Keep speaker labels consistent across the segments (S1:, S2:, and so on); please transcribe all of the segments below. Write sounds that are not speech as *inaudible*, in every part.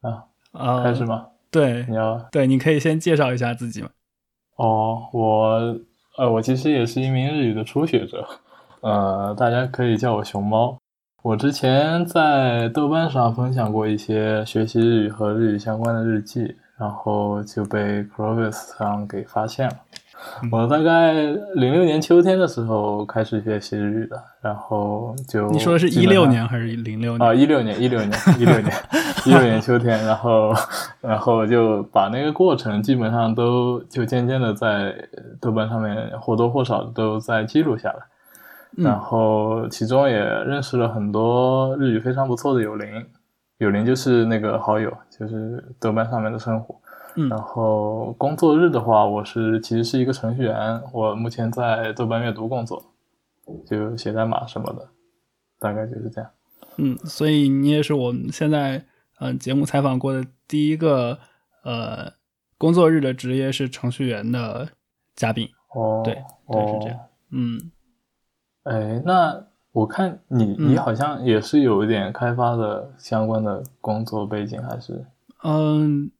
S1: 啊，
S2: 啊，
S1: 开始吗？
S2: 对
S1: 你要
S2: 对，你可以先介绍一下自己吗？
S1: 哦，我呃，我其实也是一名日语的初学者，呃，大家可以叫我熊猫。我之前在豆瓣上分享过一些学习日语和日语相关的日记，然后就被 Clovis 上给发现了。我大概零六年秋天的时候开始学习日语的，然后就
S2: 你说的是
S1: 基
S2: 一
S1: 本
S2: 六
S1: 上
S2: 年还是零六
S1: 啊，
S2: 年？
S1: 一六年，一六年，一六年，一六年秋天，然后，然后就把那个过程基本上都就渐渐的在豆瓣上面或多或少地都在记录下来，然
S2: 嗯
S1: 后其中也认识了很多日语非常不错的友邻，友邻就是那个好友，就是豆瓣上面的生活。然
S2: 嗯
S1: 后工作日的话，我是其实是一个程序员，我目前在豆瓣阅读工作，就写代码什么的，大概就是这样。
S2: 嗯，所以你也是我们现在嗯、呃节目采访过的第一个呃工作日的职业是程序员的嘉宾。
S1: 哦，
S2: 对对是这样
S1: 哦。
S2: 嗯，
S1: 哎，那我看你，你
S2: 嗯
S1: 好像也是有一点开发的相关的工作背景，还是
S2: 嗯，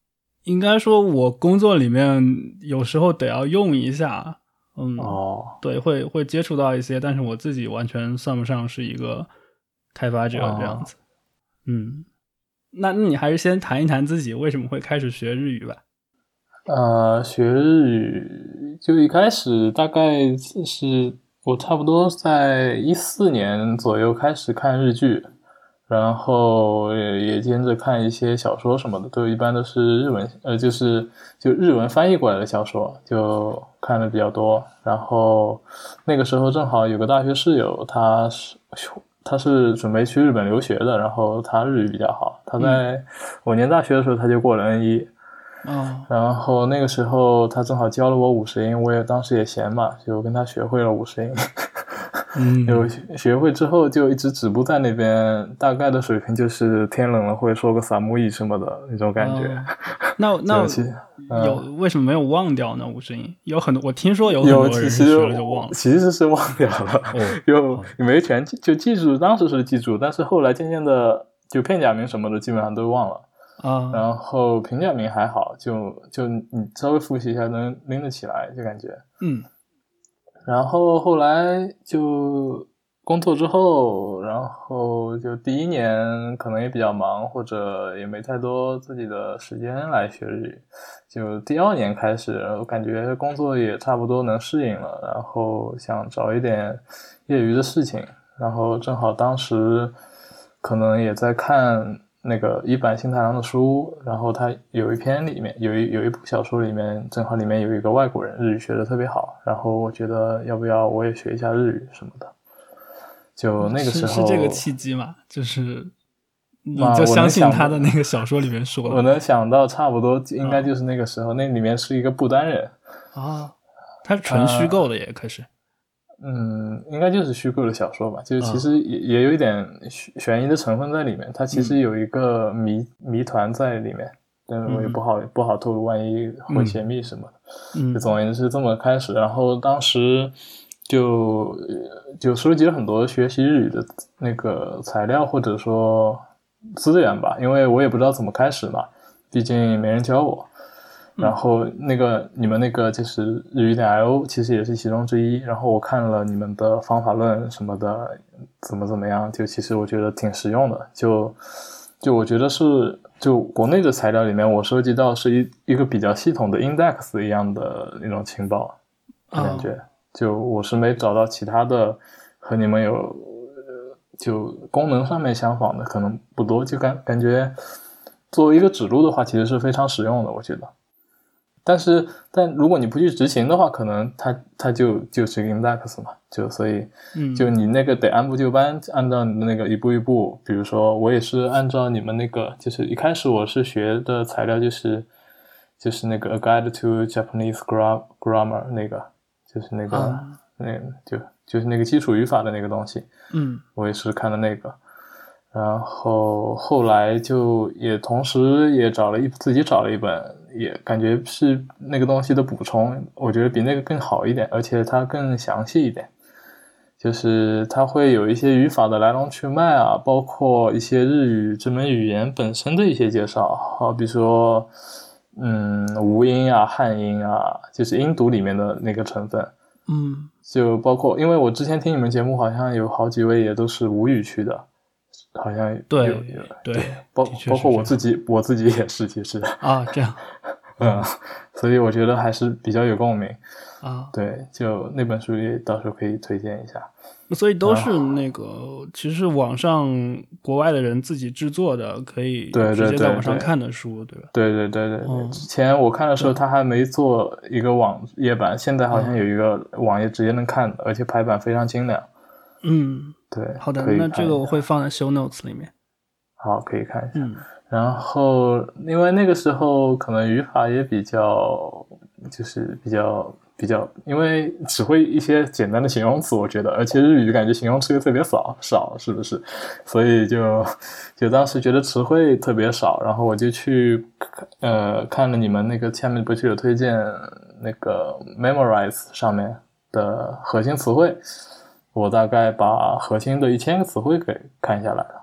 S2: 应该说，我工作里面有时候得要用一下，嗯，
S1: 哦
S2: 对，会会接触到一些，但是我自己完全算不上是一个开发者
S1: 哦
S2: 这样子。嗯，那那你还是先谈一谈自己为什么会开始学日语吧。
S1: 呃，学日语就一开始大概是我差不多在一四年左右开始看日剧，然后也也兼着看一些小说什么的，都一般都是日文，呃，就是就日文翻译过来的小说，就看的比较多。然后那个时候正好有个大学室友，他是他是准备去日本留学的，然后他日语比较好，他在我念大学的时候他就过了 N 一。
S2: 哦，
S1: 然后那个时候他正好教了我五十音，我也当时也闲嘛，就跟他学会了五十音。 *laughs*
S2: 嗯，
S1: 就学学会之后就一直止步在那边，大概的水平就是天冷了会说个萨姆语什么的那种感觉。嗯
S2: 哦
S1: *laughs*
S2: 那那
S1: 就其实
S2: 有为什么没有忘掉呢？五十音有很多，我听说有很
S1: 有
S2: 多
S1: 其
S2: 人是学
S1: 实
S2: 了就忘了。
S1: 其实是忘掉了， *laughs*
S2: 哦，
S1: 就没全记就记住，当时是记住，但是后来渐渐的就片假名什么的基本上都忘了。
S2: 啊，
S1: 然后平假名还好，就就你稍微复习一下能拎得起来，就感觉。
S2: 嗯
S1: 然后后来就工作之后，然后就第一年可能也比较忙，或者也没太多自己的时间来学日语。就第二年开始，我感觉工作也差不多能适应了，然后想找一点业余的事情，然后正好当时可能也在看那个一坂幸太郎的书，然后他有一篇里面有一有一部小说里面正好里面有一个外国人日语学的特别好，然后我觉得要不要我也学一下日语什么的，就那个时
S2: 是
S1: 候
S2: 是这个契机嘛，就是你
S1: 哇
S2: 就
S1: 我
S2: 相
S1: 能
S2: 信
S1: 想
S2: 他
S1: 到
S2: 的那个小说里面说
S1: 我
S2: 的
S1: 能想到差不多应
S2: 嗯
S1: 该就是那个时候，那里面是一个不丹人，
S2: 啊，它是纯
S1: 呃
S2: 虚构的也可是，
S1: 嗯，应该就是虚构的小说吧，就是
S2: 嗯
S1: 其实也、也有一点悬悬疑的成分在里面。它其
S2: 嗯
S1: 实有一个谜、谜团在里面，但是我也
S2: 嗯
S1: 不好、不好透露，万一会泄密什么的。
S2: 嗯
S1: 就总而言之，这么开始。然后当时就呃就收集了很多学习日语的那个材料或者说资源吧，因为我也不知道怎么开始嘛，毕竟没人教我。然后那个你们那个就是日语点 io，其实也是其中之一。然后我看了你们的方法论什么的，怎么怎么样，就其实我觉得挺实用的。就就我觉得是就国内的材料里面，我收集到是一一个比较系统的 index 一样的那种情报
S2: 啊
S1: 感觉。就我是没找到其他的和你们有呃就功能上面相仿的，可能不多。就感感觉作为一个指路的话，其实是非常实用的，我觉得。但是，但如果你不去执行的话，可能它它就就是一个 index 嘛，就所以
S2: 嗯
S1: 就你那个得按部就班，按照你的那个一步一步。比如说，我也是按照你们那个，就是一开始我是学的材料就是就是那个《A Guide to Japanese Gra- Grammar》那个，就是那个、
S2: 啊
S1: 那就就是那个基础语法的那个东西。
S2: 嗯
S1: 我也是看的那个，然后后来就也同时也找了一自己找了一本，也感觉是那个东西的补充，我觉得比那个更好一点，而且它更详细一点。就是它会有一些语法的来龙去脉啊，包括一些日语这门语言本身的一些介绍，好比说，嗯，吴音啊、汉音啊，就是音读里面的那个成分，
S2: 嗯
S1: 就包括，因为我之前听你们节目，好像有好几位也都是吴语区的，好像
S2: 对
S1: 有有
S2: 对
S1: 包
S2: 的确是
S1: 包括我
S2: 这样
S1: 自己，我自己也是，其
S2: *laughs*
S1: 实，
S2: 啊，这样
S1: 嗯，所以我觉得还是比较有共鸣。
S2: 啊，
S1: 对，就那本书也到时候可以推荐一下。
S2: 所以都
S1: 啊
S2: 是那个，其实是网上国外的人自己制作的，可以
S1: 对
S2: 直
S1: 对
S2: 接在
S1: 对
S2: 网上
S1: 对
S2: 看的书，对吧？
S1: 对对对对，
S2: 嗯
S1: 对，之前我看的时候，它还没做一个网页版，现在好
S2: 嗯
S1: 像有一个网页直接能看的，而且排版非常精良。
S2: 嗯，
S1: 对，
S2: 好的
S1: 可，以
S2: 那
S1: 看
S2: 这
S1: 一
S2: 个
S1: 下
S2: 我会放在 show notes 里面。
S1: 好可以看一下。
S2: 嗯
S1: 然后，因为那个时候可能语法也比较，就是比较比较，因为只会一些简单的形容词，我觉得，而且日语感觉形容词又特别少少，是不是？所以就就当时觉得词汇特别少，然后我就去呃看了你们那个下面不是有推荐那个 Memorize 上面的核心词汇，我大概把核心的一千个词汇给看下来了。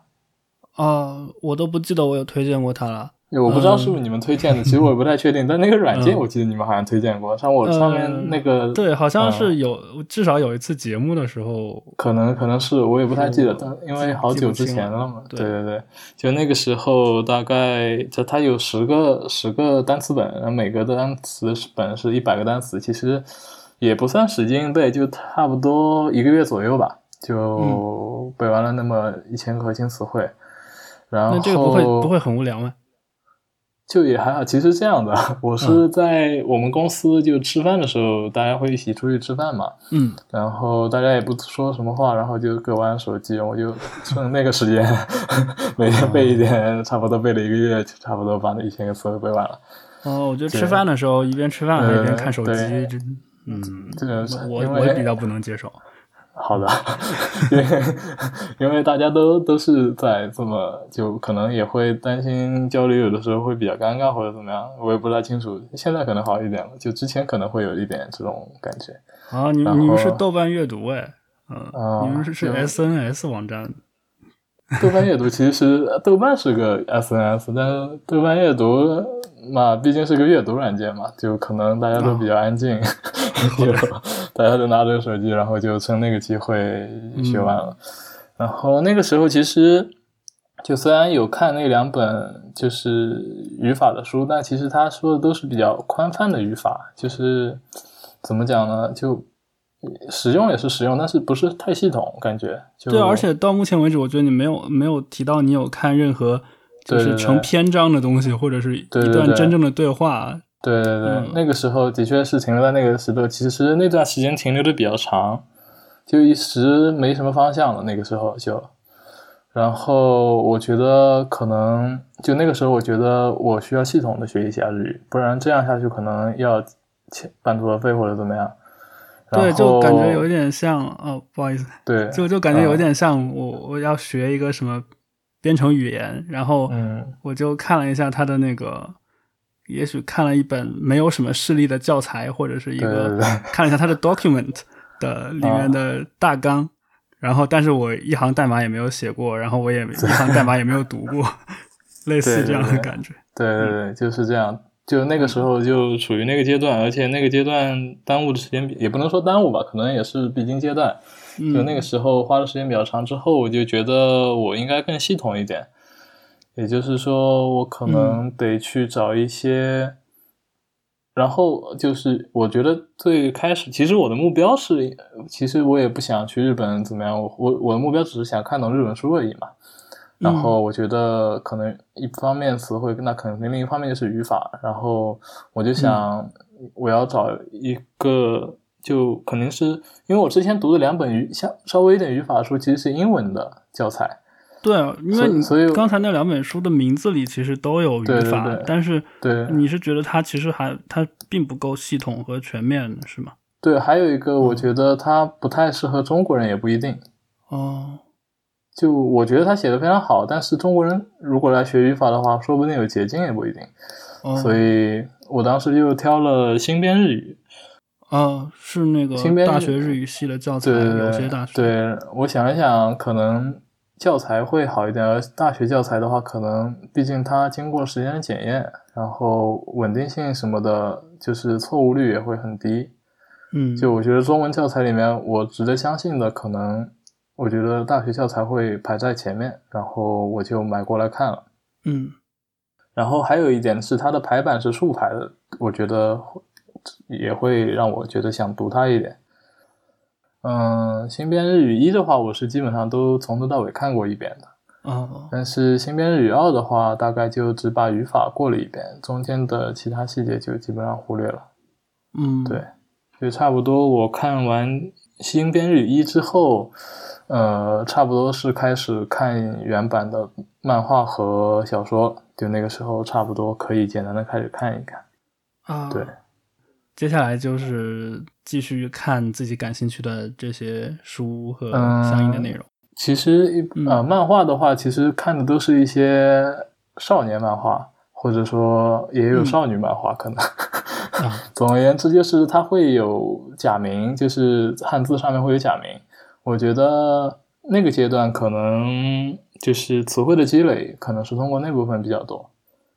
S2: 啊，我都不记得我有推荐过它了。
S1: 我不知道是不是你们推荐的，其实我也不太确定。但那个软件
S2: 嗯
S1: 我记得你们好像推荐过，像我上面那个，
S2: 对，好像是
S1: 嗯
S2: 有，至少有一次节目的时候，
S1: 可能可能是我也不太记得，
S2: 是
S1: 但
S2: 我
S1: 因为好久之前了嘛。
S2: 记
S1: 对
S2: 不清
S1: 对对，就那个时候大概就它有十个十个单词本，然后每个单词本是一百个单词，其实也不算使劲背，就差不多一个月左右吧，
S2: 嗯
S1: 就背完了那么一千个核心词汇。然后
S2: 那这个不会不会很无聊吗？
S1: 就也还好，其实这样的， *laughs* 我是在我们公司就吃饭的时候，大家会一起出去吃饭嘛，
S2: 嗯，
S1: 然后大家也不说什么话，然后就各玩手机，我就趁那个时间 *laughs* 每天背一点，差不多背了一个月，差不多把那一千个词汇背完了。
S2: 哦，我觉得
S1: 对
S2: 吃饭的时候一边吃饭还一边看手机，
S1: 对
S2: 这嗯，
S1: 这个是
S2: 我
S1: 因
S2: 我也
S1: 为
S2: 比较不能接受。
S1: 好的， *laughs* 因为因为大家都都是在这么，就可能也会担心交流，有的时候会比较尴尬或者怎么样，我也不太清楚。现在可能好一点了，就之前可能会有一点这种感觉。
S2: 啊，你
S1: 然
S2: 你们
S1: 后
S2: 是豆瓣阅读哎，嗯，
S1: 啊
S2: 你们是是
S1: 对
S2: SNS 网站，
S1: *laughs* 豆瓣阅读其实呃豆瓣是个 SNS，但是豆瓣阅读嘛，毕竟是个阅读软件嘛，就可能大家都比较安
S2: 啊
S1: 静， *laughs* 就大家都拿着手机，然后就趁那个机会学完了。
S2: 嗯
S1: 然后那个时候其实就虽然有看那两本就是语法的书，但其实他说的都是比较宽泛的语法，就是怎么讲呢，就。使用也是使用，但是不是太系统，感觉就
S2: 对，而且到目前为止，我觉得你没有没有提到你有看任何就
S1: 对
S2: 是
S1: 对对
S2: 成篇章的东西，或者是一
S1: 对对
S2: 段
S1: 对
S2: 真正的对话。
S1: 对对对，
S2: 嗯
S1: 那个时候的确是停留在那个时段，其实那段时间停留的比较长，就一时没什么方向了。那个时候就，然后我觉得可能就那个时候，我觉得我需要系统的学一下日语，不然这样下去可能要欠半途而废或者怎么样。然
S2: 对，就感觉
S1: 后
S2: 有点像哦，不好意思，
S1: 对，
S2: 就就感觉有
S1: 嗯
S2: 点像我我要学一个什么编程语言，然后
S1: 嗯
S2: 我就看了一下他的那个，也许看了一本没有什么事例的教材，或者是一
S1: 对对
S2: 个
S1: 对 *laughs*
S2: 看了一下他的 document 的里面的大纲，然后但是我一行代码也没有写过，然后我也一行代码也没有读过， *laughs* 类似
S1: 对对
S2: 这样的
S1: 对
S2: 感觉。
S1: 对对对，
S2: 嗯
S1: 就是这样。就那个时候就处于那个阶段，而且那个阶段耽误的时间比也不能说耽误吧，可能也是必经阶段。就
S2: 嗯，
S1: 那个时候花的时间比较长之后，我就觉得我应该更系统一点，也就是说，我可能得去找一些。然后就是，我觉得最开始，其实我的目标是，其实我也不想去日本怎么样，我我我的目标只是想看懂日本书而已嘛。然后我觉得可能一方面词汇，那可能另一方面就是语法。然后我就想，我要找一个，就肯定是因为我之前读的两本语像稍微一点语法的书，其实是英文的教材。
S2: 对啊，因
S1: 所
S2: 为
S1: 以所以
S2: 你刚才那两本书的名字里其实都有语
S1: 对对
S2: 法，
S1: 对
S2: 但是
S1: 对啊
S2: 你是觉得它其实还它并不够系统和全面，是吗？
S1: 对，还有一个我觉得它不太适合中国人，也不一定。
S2: 哦，
S1: 就我觉得他写的非常好，但是中国人如果来学语法的话，说不定有捷径也不一定。
S2: 哦
S1: 所以我当时就挑了新编日语，
S2: 啊，是那个
S1: 新编
S2: 大学日语系的教材，
S1: 对对对，
S2: 有些大学
S1: 对我想一想，可能教材会好一点，而大学教材的话，可能毕竟它经过时间的检验，然后稳定性什么的，就是错误率也会很低。
S2: 嗯，
S1: 就我觉得中文教材里面，我值得相信的，可能我觉得大学教材会排在前面，然后我就买过来看了。
S2: 嗯
S1: 然后还有一点是它的排版是竖排的，我觉得也会让我觉得想读它一点。嗯，新编日语一的话，我是基本上都从头到尾看过一遍的。
S2: 哦
S1: 但是新编日语二的话，大概就只把语法过了一遍，中间的其他细节就基本上忽略了。
S2: 嗯
S1: 对，就差不多。我看完新编日语一之后，呃，差不多是开始看原版的漫画和小说了，就那个时候差不多可以简单的开始看一看。
S2: 啊
S1: 对，
S2: 接下来就是继续看自己感兴趣的这些书和
S1: 嗯
S2: 相应的内容。
S1: 其实一呃，
S2: 嗯
S1: 漫画的话，其实看的都是一些少年漫画，或者说也有
S2: 嗯
S1: 少女漫画，可能。
S2: 啊
S1: *laughs* 总而言之，就是它会有假名，就是汉字上面会有假名。我觉得那个阶段可能就是词汇的积累，可能是通过那部分比较多。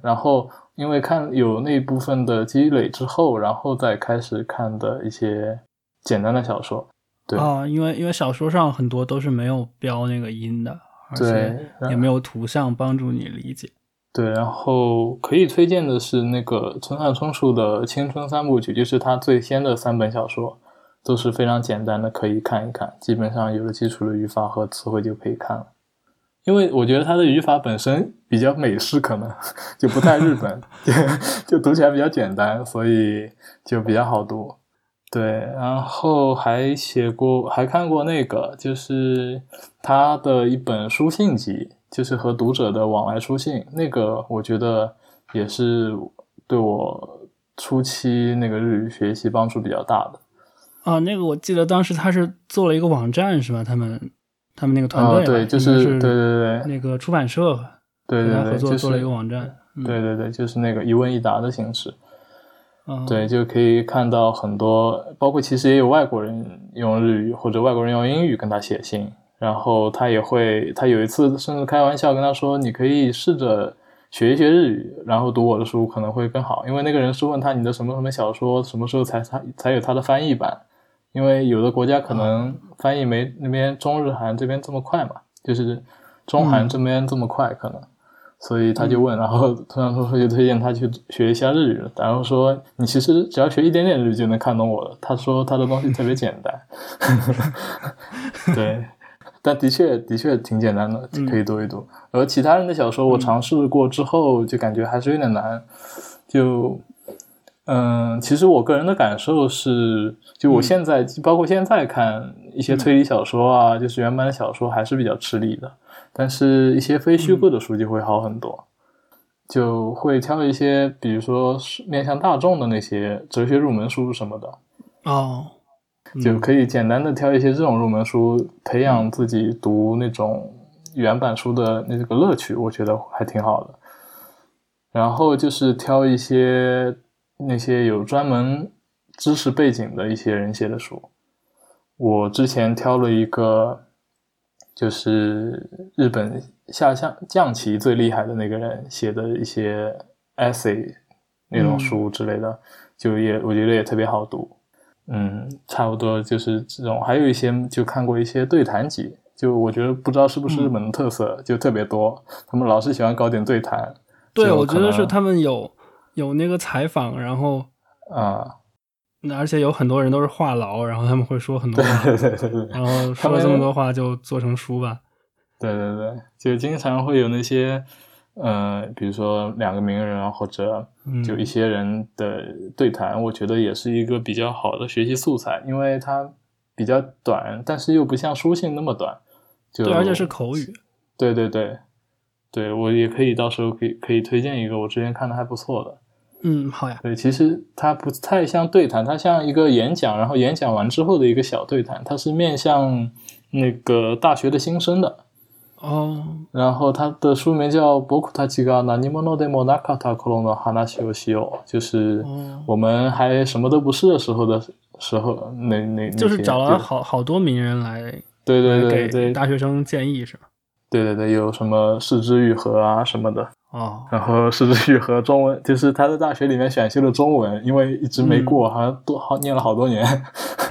S1: 然后因为看有那部分的积累之后，然后再开始看的一些简单的小说。对
S2: 啊，因为因为小说上很多都是没有标那个音的，而且
S1: 对，
S2: 也没有图像帮助你理解。
S1: 对，然后可以推荐的是那个村上春树的《青春三部曲》，就是他最先的三本小说，都是非常简单的，可以看一看。基本上有了基础的语法和词汇就可以看了。因为我觉得他的语法本身比较美式，可能 *laughs* 就不太日本， *laughs* 就就读起来比较简单，所以就比较好读。对，然后还写过，还看过那个，就是他的一本书信集，就是和读者的往来书信。那个我觉得也是对我初期那个日语学习帮助比较大的。
S2: 啊，那个我记得当时他是做了一个网站是吧？他们他们那个团
S1: 啊、
S2: 队吧、
S1: 对，就
S2: 应该
S1: 对对对
S2: 那个出版社和
S1: 对
S2: 他
S1: 对
S2: 合
S1: 对，
S2: 作
S1: 就
S2: 做了一
S1: 是
S2: 个网站。嗯
S1: 对对对，就是那个一问一答的形式。
S2: 啊
S1: 对，就可以看到很多，包括其实也有外国人用日语或者外国人用英语跟他写信，然后他也会，他有一次甚至开玩笑跟他说，你可以试着学一学日语，然后读我的书可能会更好，因为那个人是问他你的什么什么小说什么时候才才才有他的翻译版，因为有的国家可能翻译没那边中日韩这边这么快嘛，就是中韩
S2: 嗯
S1: 这边这么快可能。所以他就问，然后村上春树就推荐他去学一下日语，然后说你其实只要学一点点日语就能看懂我了。他说他的东西特别简单，对，但的确的确挺简单的，可以读一读。而其他人的小说我尝试过之后，就感觉还是有点难，就。嗯，其实我个人的感受是，就我现在、包括现在看一些推理小说啊，就是原版的小说还是比较吃力的。但是一些非虚构的书就会好很多，就会挑一些比如说是面向大众的那些哲学入门书什么的，
S2: 哦，嗯
S1: 就可以简单的挑一些这种入门书，培养自己读那种原版书的那个乐趣，我觉得还挺好的。然后就是挑一些那些有专门知识背景的一些人写的书。我之前挑了一个，就是日本下象象棋最厉害的那个人写的一些 essay 那种
S2: 嗯
S1: 书之类的，就也我觉得也特别好读。嗯，差不多就是这种，还有一些就看过一些对谈集，就我觉得不知道是不是
S2: 嗯
S1: 日本的特色，就特别多，他们老是喜欢搞点对谈
S2: 对，
S1: 就
S2: 我
S1: 可
S2: 觉得是
S1: 能
S2: 他们有有那个采访，然后
S1: 啊，
S2: 而且有很多人都是话痨，然后他们会说很多
S1: 对
S2: 话，
S1: 对对对对
S2: 然
S1: *laughs*
S2: 后说了这么多话就做成书吧。
S1: 对对对，就经常会有那些，呃，比如说两个名人啊，或者
S2: 嗯，
S1: 就一些人的对谈，我觉得也是一个比较好的学习素材，因为它比较短，但是又不像书信那么短，就
S2: 对，而且是口语。
S1: 对对对，对我也可以到时候可以可以推荐一个我之前看的还不错的。
S2: 嗯，好呀。
S1: 对，其实它不太像对谈，它像一个演讲，然后演讲完之后的一个小对谈，它是面向那个大学的新生的。
S2: 哦，
S1: 然后它的书名叫《僕たちが何者でもなかった頃の話をしよう》，就是
S2: 哦
S1: 我们还什么都不是的时候的时候，那那那
S2: 就是
S1: 些
S2: 找
S1: 对
S2: 了好好多名人来
S1: 对嗯对对
S2: 来
S1: 对
S2: 给
S1: 对
S2: 大学生建议是吧？
S1: 对对，有什么四肢愈合啊什么的，
S2: 哦，
S1: 然后四肢愈合中文就是他在大学里面选修的中文，因为一直
S2: 嗯
S1: 没过，好像多好念了好多年， *laughs*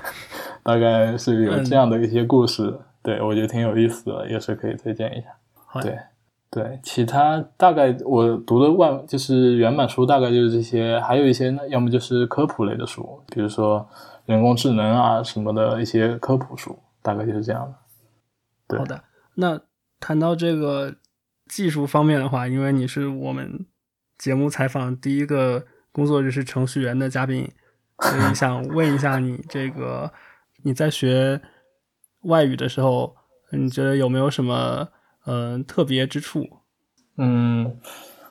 S1: 大概是有这样的一些故事，对我觉得挺有意思的，也是可以推荐一下。
S2: 好呀
S1: 对对，其他大概我读的外就是原版书，大概就是这些，还有一些呢，要么就是科普类的书，比如说人工智能啊什么的一些科普书，大概就是这样的。对
S2: 好的，那谈到这个技术方面的话，因为你是我们节目采访第一个工作日是程序员的嘉宾，所
S1: *laughs*
S2: 以想问一下你，这个你在学外语的时候，你觉得有没有什么嗯、呃特别之处？
S1: 嗯，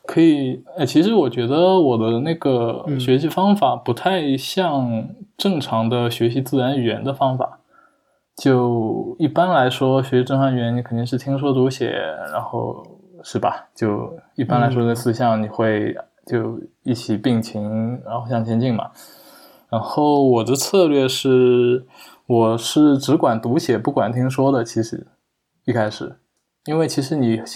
S1: 可以。呃，其实我觉得我的那个
S2: 嗯
S1: 学习方法不太像正常的学习自然语言的方法。就一般来说，学习正常语言你肯定是听说读写，然后是吧？就一般来说的四项你会就一起并行，然后向前进嘛。然后我的策略是，我是只管读写，不管听说的。其实一开始，因为其实你想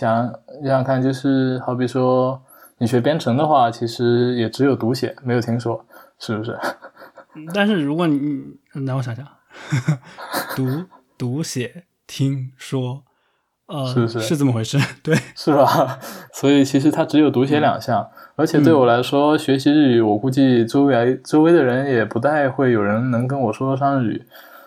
S1: 想想看，就是好比说你学编程的话，其实也只有读写，没有听说，是不是？
S2: 但是如果你你让我
S1: *laughs*
S2: 想想，读读写听说，呃，
S1: 是不是
S2: 这么回事？对，
S1: 是吧？ *laughs* 所以其实它只有读写两项，而且对我来说，学习日语，我估计周围周围的人也不太会有人能跟我说得上日语，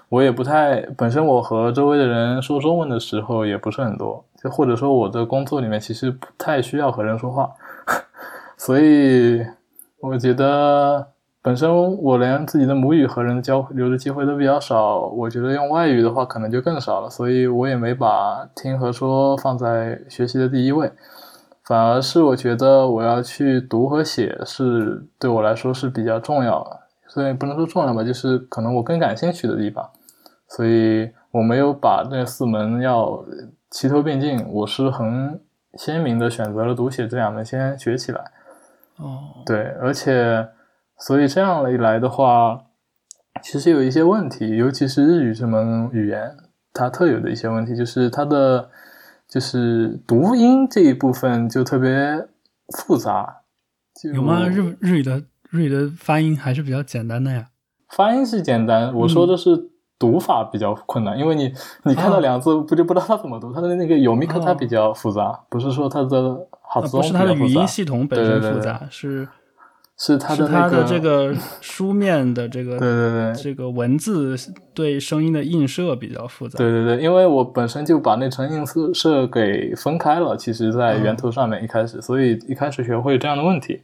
S1: 我也不太本身我和周围的人说中文的时候也不是很多，就或者说我的工作里面其实不太需要和人说话，所以我觉得。本身我连自己的母语和人交流的机会都比较少，我觉得用外语的话可能就更少了，所以我也没把听和说放在学习的第一位，反而是我觉得我要去读和写是对我来说是比较重要的，所以不能说重要吧，就是可能我更感兴趣的地方，所以我没有把那四门要齐头并进，我是很鲜明的选择了读写这两门先学起来。
S2: 哦，
S1: 对，而且所以这样一来的话，其实有一些问题，尤其是日语这门语言，它特有的一些问题，就是它的就是读音这一部分就特别复杂。就
S2: 有吗？日日语的日语的发音还是比较简单的呀。
S1: 发音是简单，我说的是读法比较困难，因为你你看到
S2: 嗯啊
S1: 两个字不就不知道它怎么读，它的那个有密克它
S2: 哦
S1: 比较复杂，不是说它的
S2: 呃
S1: 好字
S2: 不
S1: 音
S2: 是
S1: 比
S2: 它的
S1: 较
S2: 语
S1: 复
S2: 音
S1: 杂，
S2: 系统本
S1: 对
S2: 身
S1: 对对
S2: 复杂，是
S1: 是它
S2: 是
S1: 的
S2: 它
S1: 那
S2: 的
S1: 个
S2: 这个书面的这
S1: 对
S2: 个
S1: 对对，
S2: 这个文字对声音的映射比较复杂。
S1: 对对对，因为我本身就把那层映射射给分开了，其实在源头上面一开始，所以一开始学会有这样的问题。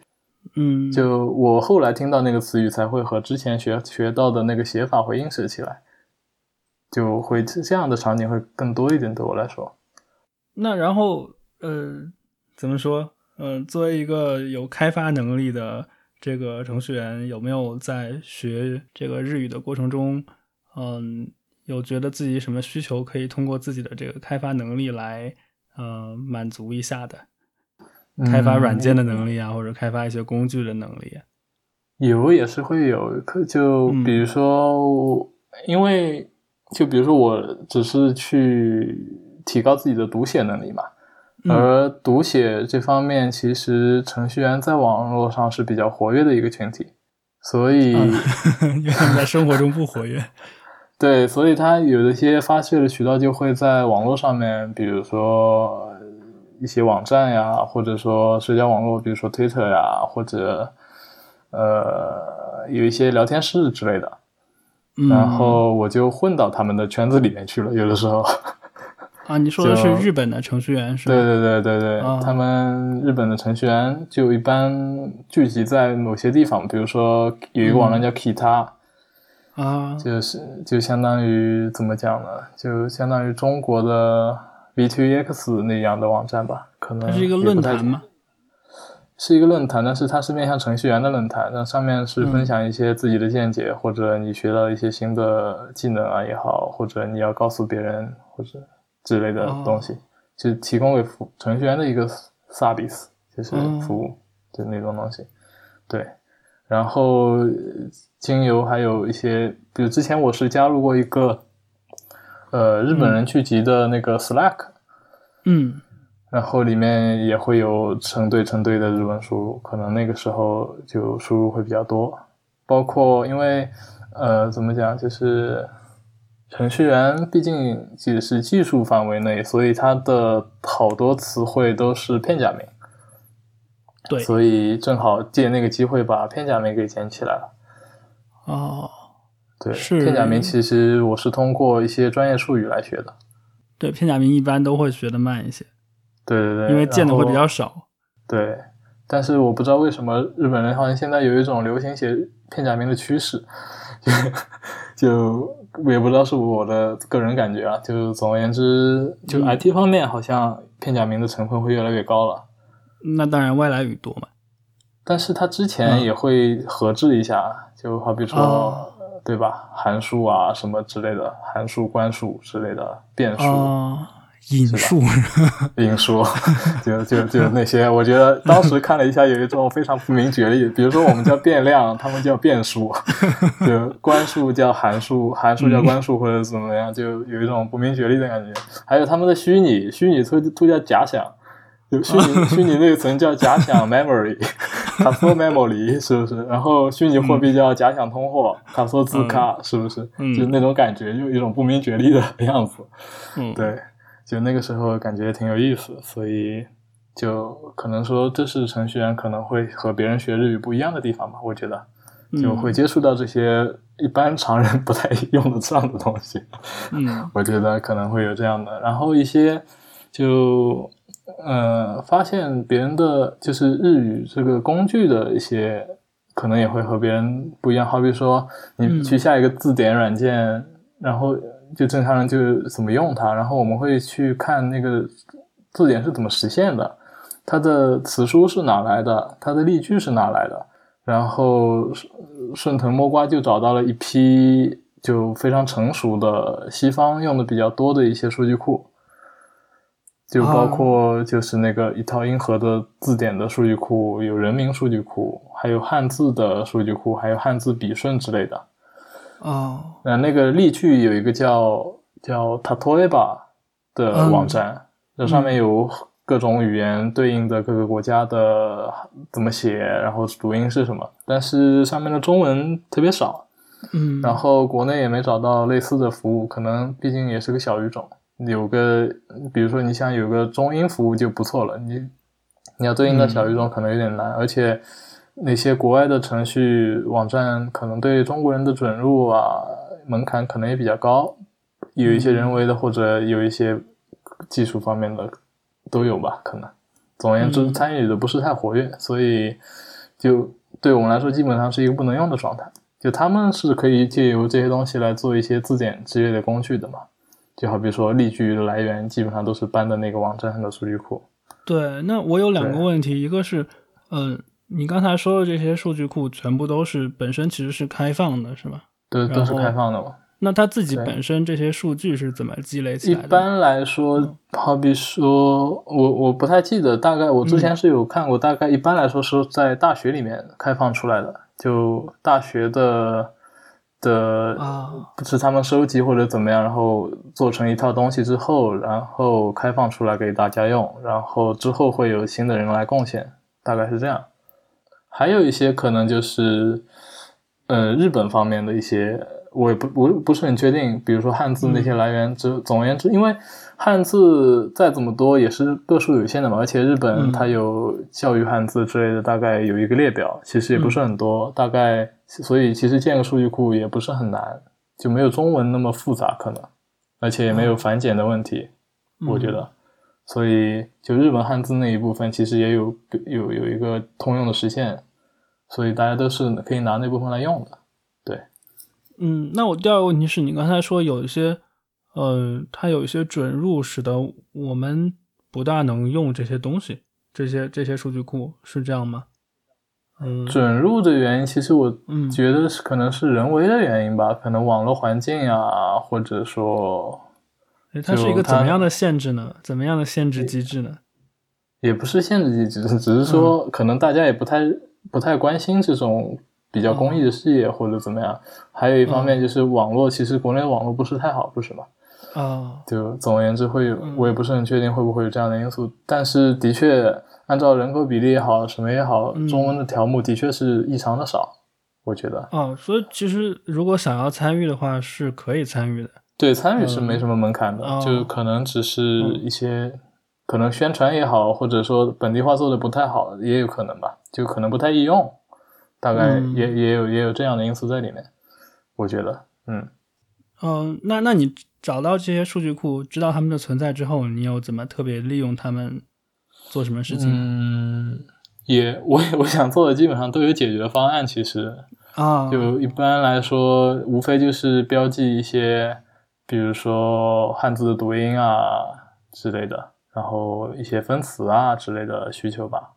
S2: 嗯，
S1: 就我后来听到那个词语，才会和之前学学到的那个写法会映射起来，就会这样的场景会更多一点，对我来说。
S2: 那然后呃，怎么说？呃，作为一个有开发能力的这个程序员，有没有在学这个日语的过程中，嗯、有觉得自己什么需求可以通过自己的这个开发能力来，呃，满足一下的？开
S1: 嗯
S2: 发软件的能力啊，或者开发一些工具的能力啊、
S1: 有也是会有，可就
S2: 嗯
S1: 比如说我，因为就比如说我只是去提高自己的读写能力嘛，
S2: 嗯
S1: 而读写这方面，其实程序员在网络上是比较活跃的一个群体，所以、
S2: 嗯
S1: 呃
S2: *laughs* 因为他们在生活中不活跃。
S1: *laughs* 对，所以他有一些发泄的渠道就会在网络上面，比如说呃一些网站呀，或者说社交网络，比如说 Twitter 呀，或者呃有一些聊天室之类的。
S2: 嗯，
S1: 然后我就混到他们的圈子里面去了，有的时候。
S2: 啊，你说的是
S1: 就
S2: 日本的程序员是吧？
S1: 对对对对对，
S2: 啊
S1: 他们日本的程序员就一般聚集在某些地方，比如说有一个网
S2: 嗯
S1: 站叫 Kita，、
S2: 啊，
S1: 就是就相当于怎么讲呢？就相当于中国的 V2X 那样的网站吧，可能
S2: 它是一个
S1: 也不
S2: 论
S1: 太
S2: 坛嘛。
S1: 是一个论坛，但是它是面向程序员的论坛，那上面是分享一些自己的见解，或者你学到一些新的技能啊也好，或者你要告诉别人或者之类的东西，就提供给服程序员的一个 service，就是服务，就那种东西。对，然后呃精油还有一些，比如之前我是加入过一个，呃，日本人聚集的那个 Slack，、
S2: 嗯
S1: 然后里面也会有成对成对的日文输入，可能那个时候就输入会比较多，包括因为呃怎么讲，就是程序员毕竟只是技术范围内，所以他的好多词汇都是片假名，
S2: 对
S1: 所以正好借那个机会把片假名给捡起来了。
S2: 哦，
S1: 对，
S2: 是
S1: 片假名其实我是通过一些专业术语来学的。
S2: 对，片假名一般都会学的慢一些，
S1: 对对对，
S2: 因为见的会比
S1: 然后
S2: 较少。
S1: 对，但是我不知道为什么日本人好像现在有一种流行写片假名的趋势，就就也不知道是我的个人感觉啊。就总而言之，就
S2: 嗯
S1: IT 方面好像片假名的成分会越来越高了。
S2: 那当然，外来语多嘛。
S1: 但是它之前也会合制一下，就好比说、
S2: 哦
S1: 对吧，函数啊什么之类的，函数、关数之类的变数。
S2: 哦，引述，
S1: 林书， *laughs* 就就就那些，我觉得当时看了一下，有一种非常不明觉厉。比如说，我们叫变量，他们叫变数，就关数叫函数，函数叫关数，或者怎么样，就有一种不明觉厉的感觉。还有他们的虚拟，虚拟都都叫假想，就虚拟虚拟内存叫假想 memory，卡 *laughs* 索 memory 是不是？然后虚拟货币叫假想通货，卡索字卡是不是？
S2: 嗯
S1: 就那种感觉，就一种不明觉厉的 *laughs* 样子。
S2: 嗯，
S1: 对，就那个时候感觉挺有意思，所以就可能说这是程序员可能会和别人学日语不一样的地方吧，我觉得就会接触到这些一般常人不太用得上的东西，
S2: 嗯，
S1: 我觉得可能会有这样的。然后一些就呃发现别人的就是日语这个工具的一些。可能也会和别人不一样，好比说你
S2: 嗯
S1: 去下一个字典软件，然后就正常人就怎么用它，然后我们会去看那个字典是怎么实现的，它的词书是哪来的，它的例句是哪来的，然后顺顺藤摸瓜就找到了一批就非常成熟的西方用的比较多的一些数据库。就包括就是那个一套音盒的字典的数据库，有人名数据库，还有汉字的数据库，还有汉字笔顺之类的。
S2: 哦，
S1: 呃那那个例句有一个叫叫 Tatoeba 的网站，那、上面有各种语言对应的各个国家的怎么写，然后读音是什么，但是上面的中文特别少，
S2: 嗯，
S1: 然后国内也没找到类似的服务，可能毕竟也是个小语种，有个比如说你想有个中英服务就不错了，你你要对应到小语种可能有点难，而且那些国外的程序网站可能对中国人的准入啊门槛可能也比较高，有一些人为的或者有一些技术方面的都有吧，可能。总而言之，
S2: 嗯
S1: 参与的不是太活跃，所以就对我们来说基本上是一个不能用的状态。就他们是可以借由这些东西来做一些字典之类的工具的嘛，就好比说例句的来源基本上都是搬的那个网站上的数据库。
S2: 对，那我有两个
S1: 对
S2: 问题，一个是，呃，你刚才说的这些数据库全部都是本身其实是开放的，是吧？
S1: 都
S2: 然
S1: 都是
S2: 后
S1: 开放的嘛。
S2: 那它自己
S1: 对
S2: 本身这些数据是怎么积累起
S1: 一
S2: 来的？嗯
S1: 般来说，好比说，我我不太记得，大概我之
S2: 嗯
S1: 前是有看过，大概一般来说是在大学里面开放出来的，就大学的的
S2: 啊，
S1: 不是他们收集或者怎么样，然后做成一套东西之后，然后开放出来给大家用，然后之后会有新的人来贡献，大概是这样。还有一些可能就是，呃，日本方面的一些，我也不我不是很确定，比如说汉字那些来源，之、总而言之，因为汉字再怎么多也是个数有限的嘛，而且日本
S2: 嗯
S1: 它有教育汉字之类的，大概有一个列表，其实也不是很多，
S2: 嗯
S1: 大概所以其实建个数据库也不是很难，就没有中文那么复杂可能，而且也没
S2: 嗯
S1: 有繁简的问题，我觉得。所以，就日文汉字那一部分，其实也有有有一个通用的实现，所以大家都是可以拿那部分来用的。
S2: 嗯，那我第二个问题是你刚才说有一些，呃，它有一些准入，使得我们不大能用这些东西，这些这些数据库是这样吗？嗯，
S1: 准入的原因，其实我
S2: 嗯
S1: 觉得是可能是人为的原因吧，可能网络环境啊，或者说
S2: 哎它是一
S1: 就
S2: 个怎么
S1: 它
S2: 样的限制呢？怎么样的限制机制呢？
S1: 也不是限制机制，只是
S2: 嗯
S1: 说可能大家也不太不太关心这种比较公
S2: 嗯
S1: 益的事业或者怎么样。还有一方面就是网络，其实国内的网络不是太好，不是吗？
S2: 啊，
S1: 就总而言之会有
S2: 嗯，
S1: 我也不是很确定会不会有这样的因素，但是的确按照人口比例也好，什么也好
S2: 嗯，
S1: 中文的条目的确是异常的少，我觉得
S2: 哦，所以其实如果想要参与的话，是可以参与的。
S1: 对参与是没什么门槛的
S2: 嗯，
S1: 就可能只是
S2: 嗯
S1: 一些可能宣传也好，或者说本地化做的不太好，也有可能吧，就可能不太易用，大概
S2: 嗯
S1: 也也有也有这样的因素在里面，我觉得，嗯。
S2: 嗯、那那你找到这些数据库，知道它们的存在之后，你有怎么特别利用它们做什么事情、
S1: 嗯，也我我想做的基本上都有解决方案，其实
S2: 啊？
S1: 就一般来说，无非就是标记一些，比如说汉字的读音啊之类的，然后一些分词啊之类的需求吧。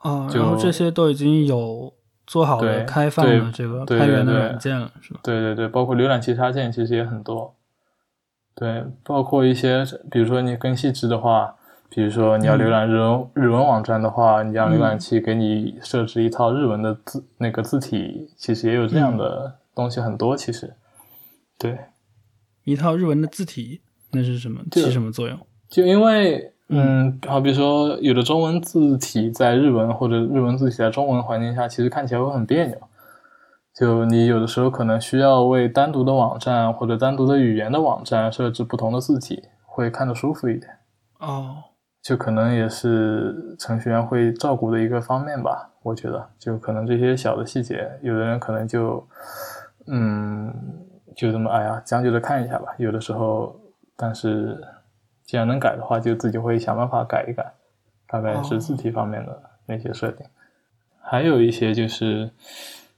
S2: 啊，
S1: 就
S2: 然后这些都已经有做好的
S1: 对
S2: 开放的
S1: 对
S2: 这个
S1: 对
S2: 开源
S1: 对
S2: 的
S1: 对
S2: 软件了，是吧？
S1: 对对对，包括浏览器插件其实也很多。对，包括一些，比如说你更细致的话，比如说你要浏览日文、日文网站的话，你让浏览器给你设置一套日文的字、那个字体，其实也有这样的东西很多。其实，对，
S2: 一套日文的字体，那是什么
S1: 就
S2: 起什么作用？
S1: 就因为，嗯，好比说，有的中文字体在日文或者日文字体在中文环境下，其实看起来会很别扭。就你有的时候可能需要为单独的网站或者单独的语言的网站设置不同的字体，会看着舒服一点。
S2: 哦，
S1: 就可能也是程序员会照顾的一个方面吧，我觉得。就可能这些小的细节，有的人可能就，嗯，就这么哎呀将就着看一下吧。有的时候，但是既然能改的话，就自己会想办法改一改，大概
S2: 哦
S1: 是字体方面的那些设定。还有一些就是，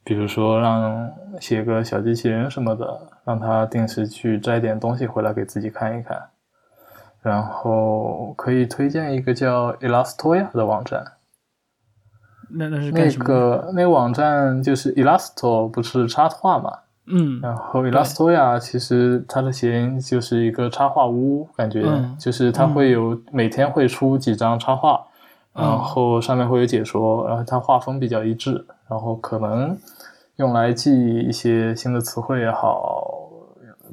S1: 比如说让写个小机器人什么的，让它定时去摘点东西回来给自己看一看。然后可以推荐一个叫 Elastoya 的网站，
S2: 那那是干
S1: 那
S2: 什么的？
S1: 个那个网站就是 Elasto 不是插画嘛，
S2: 嗯
S1: 然后 Elastoya 其实它的谐音就是一个插画屋，感觉、
S2: 嗯
S1: 就是它会有、每天会出几张插画，
S2: 嗯
S1: 然后上面会有解说，然后它画风比较一致，然后可能用来记一些新的词汇也好，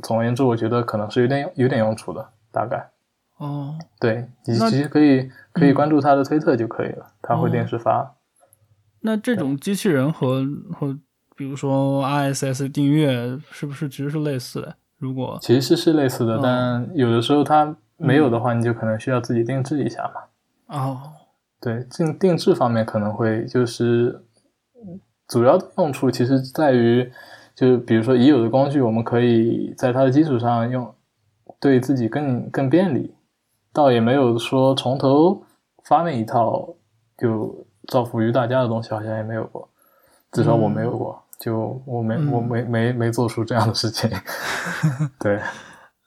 S1: 总而言之，我觉得可能是有点有点用处的，大概。
S2: 哦
S1: 对，你
S2: 那嗯哦
S1: 其实可以可以关注他的推特就可以了，他会定时发。
S2: 那这种机器人和和比如说 RSS 订阅是不是其实是类似的？如果
S1: 其实是类似的，
S2: 哦嗯
S1: 但有的时候它没有的话，你就可能需要自己定制一下嘛。
S2: 哦
S1: 对，定定制方面可能会就是嗯主要的用处，其实在于就是比如说已有的工具，我们可以在它的基础上用，对自己更更便利，倒也没有说从头发明一套就造福于大家的东西，好像也没有过，至少我没有过，就我没我
S2: 嗯
S1: 没没没做出这样的事情， *laughs* 对。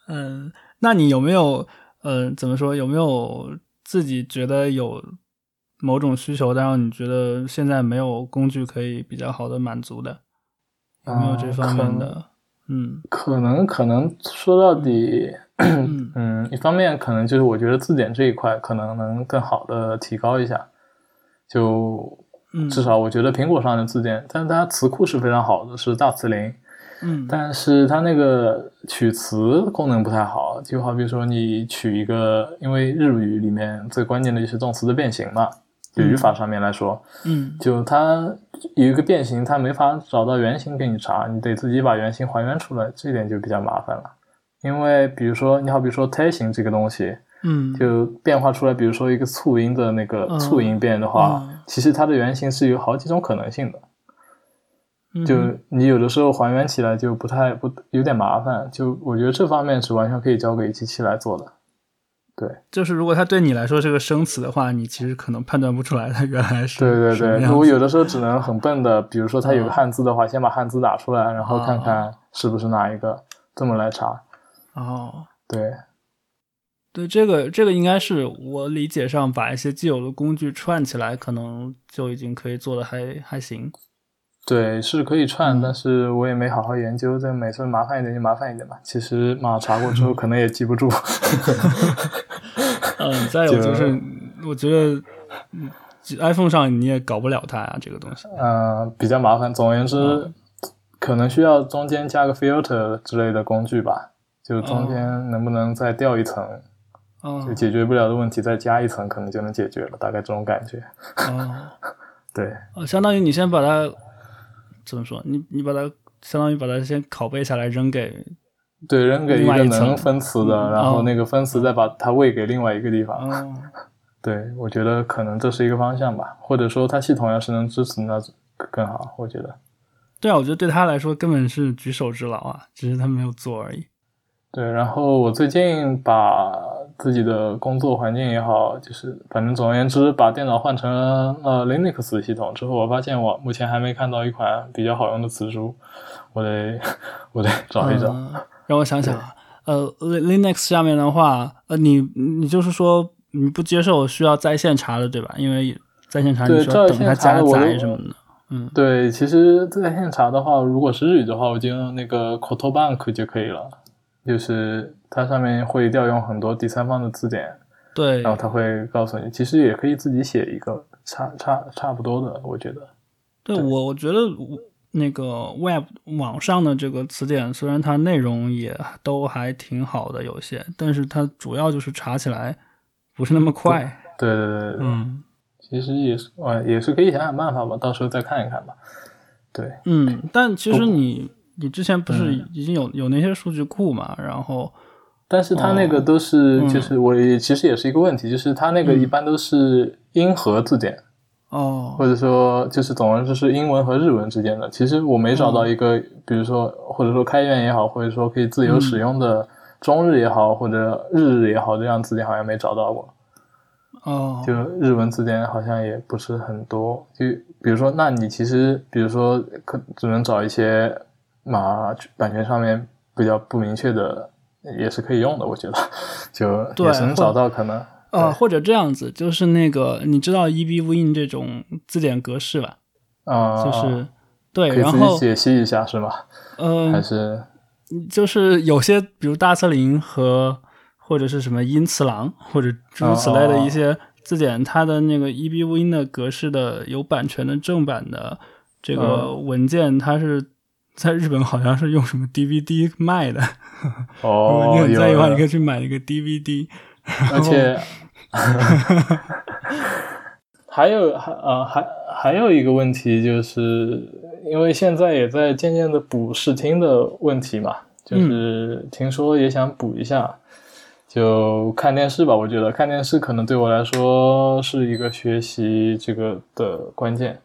S2: 嗯，那你有没有呃怎么说？有没有自己觉得有某种需求，但是你觉得现在没有工具可以比较好的满足的？有没有这
S1: 嗯
S2: 方
S1: 可
S2: 面
S1: 能
S2: 的？嗯
S1: 可能可能说到底，
S2: 嗯
S1: *clears throat* 嗯，一方面可能就是我觉得字典这一块可能能更好的提高一下，就
S2: 嗯，
S1: 至少我觉得苹果上的字典，但是它词库是非常好的，是大词林，
S2: 嗯
S1: 但是它那个取词功能不太好，就好比说你取一个，因为日语里面最关键的就是动词的变形嘛，就语法上面来说，
S2: 嗯
S1: 就它有一个变形，它没法找到原型给你查，你得自己把原型还原出来，这一点就比较麻烦了。因为比如说，你好比说胎形这个东西，
S2: 嗯
S1: 就变化出来，比如说一个促音的那
S2: 嗯
S1: 个促音变的话，
S2: 嗯
S1: 其实它的原型是有好几种可能性的。
S2: 嗯
S1: 就你有的时候还原起来就不太不有点麻烦，就我觉得这方面是完全可以交给机器来做的。对，
S2: 就是如果它对你来说是个生词的话，你其实可能判断不出来它原来是
S1: 对对
S2: 什么
S1: 对，
S2: 样
S1: 我
S2: 子
S1: 有的时候只能很笨的，比如说它有
S2: 嗯
S1: 个汉字的话，先把汉字打出来，然后看
S2: 啊
S1: 看是不是哪一个，这么来查。
S2: 哦。
S1: 对，
S2: 对，这个这个应该是我理解上把一些既有的工具串起来，可能就已经可以做的还还行。
S1: 对，是可以串，
S2: 嗯
S1: 但是我也没好好研究，这每次麻烦一点就麻烦一点吧。其实嘛，查过之
S2: *laughs*
S1: 后可能也记不住。
S2: 嗯，再有
S1: 就
S2: 就是，我觉得嗯 iPhone 上你也搞不了它啊，这个东西。
S1: 嗯、比较麻烦。总而言之，
S2: 嗯
S1: 可能需要中间加个 filter 之类的工具吧，就中间能不能再掉一层，就
S2: 嗯
S1: 解决不了的问题再加一层，可能就能解决了，大概这种感觉。
S2: 哦，
S1: 对，
S2: 哦相当于你先把它怎么说？你你把它相当于把它先拷贝下来扔给
S1: 对，扔给一
S2: 另外
S1: 个
S2: 一层
S1: 能分词的，
S2: 嗯
S1: 然后
S2: 哦
S1: 那个分词再把它喂给另外一个地方。
S2: 哦
S1: 对，我觉得可能这是一个方向吧，或者说它系统要是能支持那更好，我觉得。
S2: 对啊，我觉得对他来说根本是举手之劳啊，只是他没有做而已。
S1: 对，然后我最近把自己的工作环境也好，就是反正总而言之，把电脑换成呃 Linux 系统之后，我发现我目前还没看到一款比较好用的词书，我得 *laughs* 我得找一找。
S2: 嗯让我想想啊，呃，Li-，Linux 下面的话，呃，你你就是说你不接受需要在线查的，对吧？因为在线查你
S1: 对
S2: 需要
S1: 在
S2: 等
S1: 线
S2: 它
S1: 查
S2: 加
S1: 的我
S2: 载
S1: 都
S2: 什么的。嗯，
S1: 对，其实在线查的话，如果是日语的话，我就用那个 Kotobank 就可以了，就是它上面会调用很多第三方的字典，
S2: 对
S1: 然后它会告诉你，其实也可以自己写一个差差差不多的，我觉得。
S2: 对，我我觉得我那个 Web 网上的这个词典，虽然它内容也都还挺好的，有些，但是它主要就是查起来不是那么快。
S1: 对对对对对。
S2: 嗯
S1: 其实也是，呃，也是可以想想办法吧，到时候再看一看吧。对，
S2: 嗯，但其实你你之前不是
S1: 嗯
S2: 已经有有那些数据库嘛？然后
S1: 但是它那个都是，就是我也其实也是一个问题，就是它那个一般都是英和字典，
S2: 哦，
S1: 或者说就是总而言之是英文和日文之间的。其实我没找
S2: 嗯
S1: 到一个，比如说或者说开源也好，或者说可以自由
S2: 嗯
S1: 使用的中日也好，或者日日也好，这样字典好像没找到过。
S2: 哦，
S1: 就日文字典好像也不是很多，就比如说，那你其实比如说可只能找一些嘛版权上面比较不明确的，也是可以用的，我觉得就
S2: *laughs* 对
S1: 也是能
S2: 或
S1: 找到可能。
S2: 呃，或者这样子，就是那个你知道 EBWin 这种字典格式吧？
S1: 啊、
S2: 就是对，
S1: 可以
S2: 然
S1: 自己
S2: 后
S1: 解析一下是吗？还
S2: 呃，
S1: 是
S2: 就是有些比如大森林和或者是什么因次郎或者诸如此类
S1: 哦
S2: 的一些字典，它的那个 EBWin 的格式的有版权的正版的这个
S1: 嗯
S2: 文件，它是。在日本好像是用什么 DVD 卖的，如
S1: 哦
S2: 果，你很在意的话，
S1: 有
S2: 你可以去买一个 DVD。
S1: 而且 *laughs* 还有还呃还还有一个问题，就是因为现在也在渐渐的补视听的问题嘛，就是听说也想补一下。就看电视吧，我觉得看电视可能对我来说是一个学习这个的关键，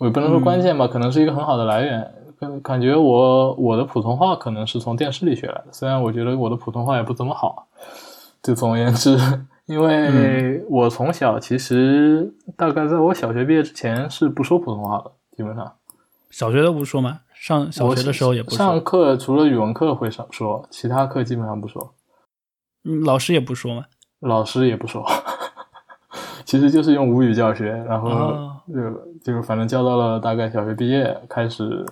S1: 我也不能说关键吧，可能是一个很好的来源。感感觉我我的普通话可能是从电视里学来的，虽然我觉得我的普通话也不怎么好。啊就总而言之，因
S2: 嗯
S1: 为我从小其实大概在我小学毕业之前是不说普通话的，基本上。
S2: 小学都不说嘛，上小
S1: 我
S2: 学的时候也不说。
S1: 上课除了语文课会上说，其他课基本上不说，
S2: 嗯，老师也不说嘛。
S1: 老师也不说。 *laughs* 其实就是用母语教学，然后
S2: 哦
S1: 就、就反正教到了大概小学毕业开始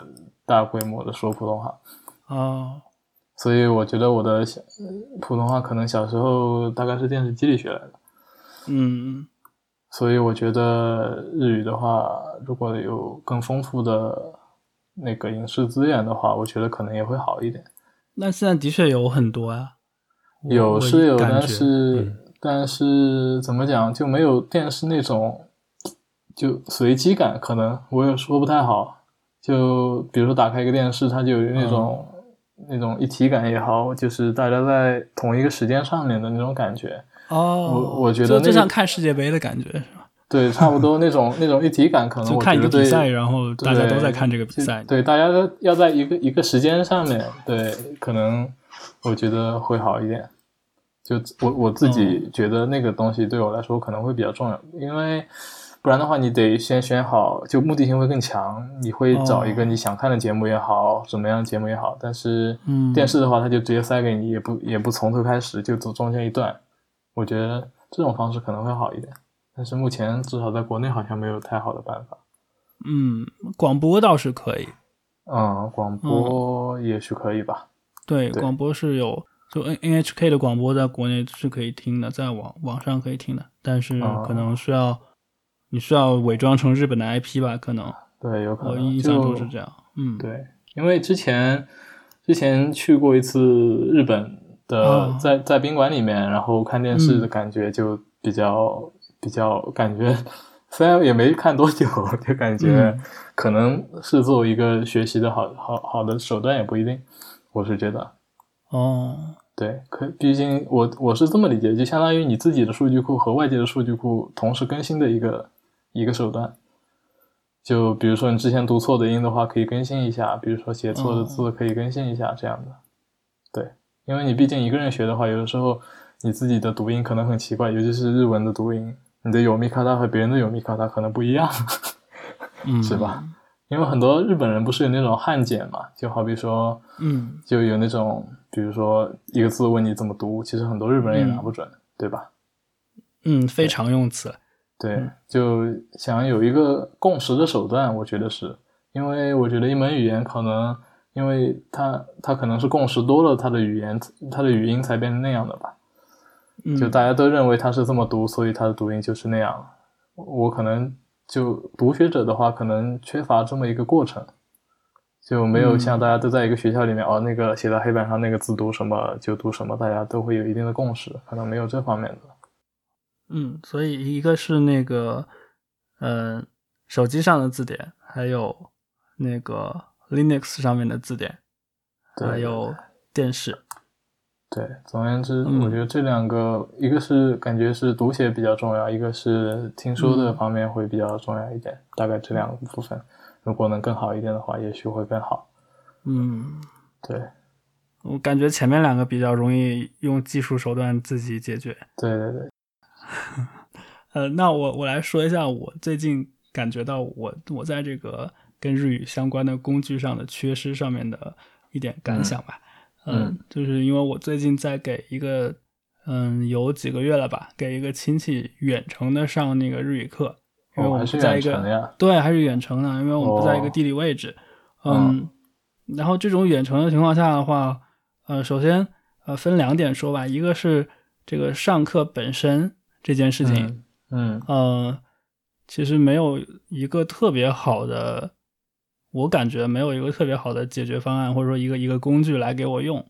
S1: 大规模的说普通话。
S2: 哦，
S1: 所以我觉得我的小普通话可能小时候大概是电视机里学来的，
S2: 嗯，
S1: 所以我觉得日语的话，如果有更丰富的那个影视资源的话，我觉得可能也会好一点。
S2: 那现在的确有很多啊，我
S1: 有
S2: 我
S1: 是有，
S2: 感
S1: 但
S2: 觉
S1: 是、
S3: 嗯
S1: *laughs* 但是怎么讲就没有电视那种就随机感，可能我也说不太好。就比如说打开一个电视，它就有那种、
S2: 嗯
S1: 那种一体感也好，就是大家在同一个时间上面的那种感觉。
S2: 哦，
S1: 我我觉得
S2: 就
S1: 那
S2: 就
S1: 个
S2: 像看世界杯的感觉，是吧？
S1: 对，差不多那种那种一体感，可能
S2: 就
S1: 我
S2: 看
S1: 觉
S2: 一
S1: 得
S2: 个
S1: 对
S2: 比赛，然后大家都
S1: 对
S2: 在看这个比
S1: 就
S2: 赛。
S1: 对，大家都要在一个一个时间上面，对，可能我觉得会好一点。就我我自
S2: 嗯
S1: 己觉得那个东西对我来说可能会比较重要，因为不然的话，你得先选好，就目的性会更强。你会找一个你想看的节目也好，什么样的节目也好，但是
S2: 嗯
S1: 电视的话，它就直接塞给你，也不也不从头开始，就走中间一段。我觉得这种方式可能会好一点，但是目前至少在国内好像没有太好的办法。
S2: 嗯，广播倒是可以，
S1: 嗯，广
S2: 嗯
S1: 播也许可以吧。
S2: 对，
S1: 对
S2: 广播是有就 N N H K 的广播在国内是可以听的，在网网上可以听的，但是
S1: 哦
S2: 可能需要、你需要伪装成日本的 I P 吧，可能
S1: 对，有可
S2: 我
S1: 能。
S2: 印象中
S1: 就是
S2: 这样。嗯，
S1: 对，因为之前之前去过一次日本的，
S2: 哦
S1: 在在宾馆里面，然后看电视
S2: 嗯
S1: 的感觉就比较、比较感觉，虽然也没看多久，就感觉
S2: 嗯
S1: 可能是作为一个学习的好好好的手段也不一定，我是觉得。
S2: 哦，
S1: 对，可毕竟我我是这么理解，就相当于你自己的数据库和外界的数据库同时更新的一个一个手段。就比如说你之前读错的音的话，可以更新一下；比如说写错的字，可以更新一下、这样的。对，因为你毕竟一个人学的话，有的时候你自己的读音可能很奇怪，尤其是日文的读音，你的有米卡达和别人的有米卡达可能不一样。 *laughs*
S2: 嗯，
S1: 是吧？因为很多日本人不是有那种汉检嘛，就好比说，
S2: 嗯，
S1: 就有那种，比如说一个字问你怎么读，其实很多日本人也拿不准，对吧？
S2: 嗯，非常用词。
S1: 对
S2: 嗯，
S1: 就想有一个共识的手段，我觉得是因为我觉得一门语言可能，因为它它可能是共识多了，它的语言它的语音才变成那样的吧。
S2: 嗯，
S1: 就大家都认为它是这么读，所以它的读音就是那样。我可能就读学者的话，可能缺乏这么一个过程，就没有
S2: 嗯
S1: 像大家都在一个学校里面、哦，那个写到黑板上那个字读什么就读什么，大家都会有一定的共识，可能没有这方面的。
S2: 嗯，所以一个是那个，呃，手机上的字典，还有那个 Linux 上面的字典，
S1: 对
S2: 还有电视。
S1: 对，总而言之，
S2: 嗯
S1: 我觉得这两个，一个是感觉是读写比较重要，一个是听说的
S2: 嗯
S1: 方面会比较重要一点。大概这两个部分，如果能更好一点的话，也许会更好。
S2: 嗯，
S1: 对，
S2: 我感觉前面两个比较容易用技术手段自己解决。
S1: 对对对，
S2: 呃，那我我来说一下我最近感觉到我我在这个跟日语相关的工具上的缺失上面的一点感想吧。
S1: 嗯
S2: 呃
S1: 嗯
S2: 就是因为我最近在给一个嗯有几个月了吧，给一个亲戚远程的上那个日语课，因为
S1: 哦
S2: 我
S1: 还
S2: 们
S1: 是
S2: 不在
S1: 远
S2: 一个、
S1: 程的呀。
S2: 对还是远程的，因为我们不在一个
S1: 哦
S2: 地理位置。嗯，然后这种远程的情况下的话，呃，首先呃分两点说吧，一个是这个上课本身这件事情。
S1: 嗯
S2: 呃，其实没有一个特别好的，我感觉没有一个特别好的解决方案，或者说一个一个工具来给我用。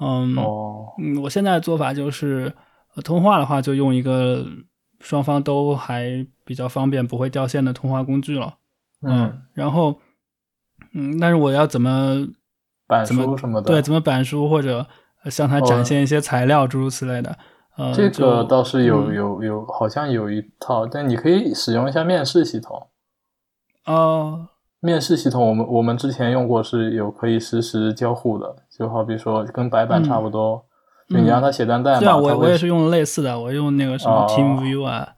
S2: 嗯，
S1: 嗯哦，
S2: 嗯，我现在的做法就是、呃通话的话，就用一个双方都还比较方便、不会掉线的通话工具了。
S1: 嗯，
S2: 然后，嗯，但是我要怎么
S1: 板
S2: 怎么
S1: 书什么的，
S2: 对怎么板书或者呃向他展
S1: 哦
S2: 现一些材料，诸如此类的。呃，
S1: 这个
S2: 就
S1: 倒是有、
S2: 嗯
S1: 有有，好像有一套，但你可以使用一下面试系统。
S2: 哦，
S1: 面试系统我们我们之前用过是有可以实时交互的，就好比说跟白板差不多，
S2: 嗯
S1: 就你让他写段代码，
S2: 对啊，
S1: 他
S2: 我
S1: 会
S2: 我也是用类似的，我用那个什么
S1: 哦
S2: TeamView 啊，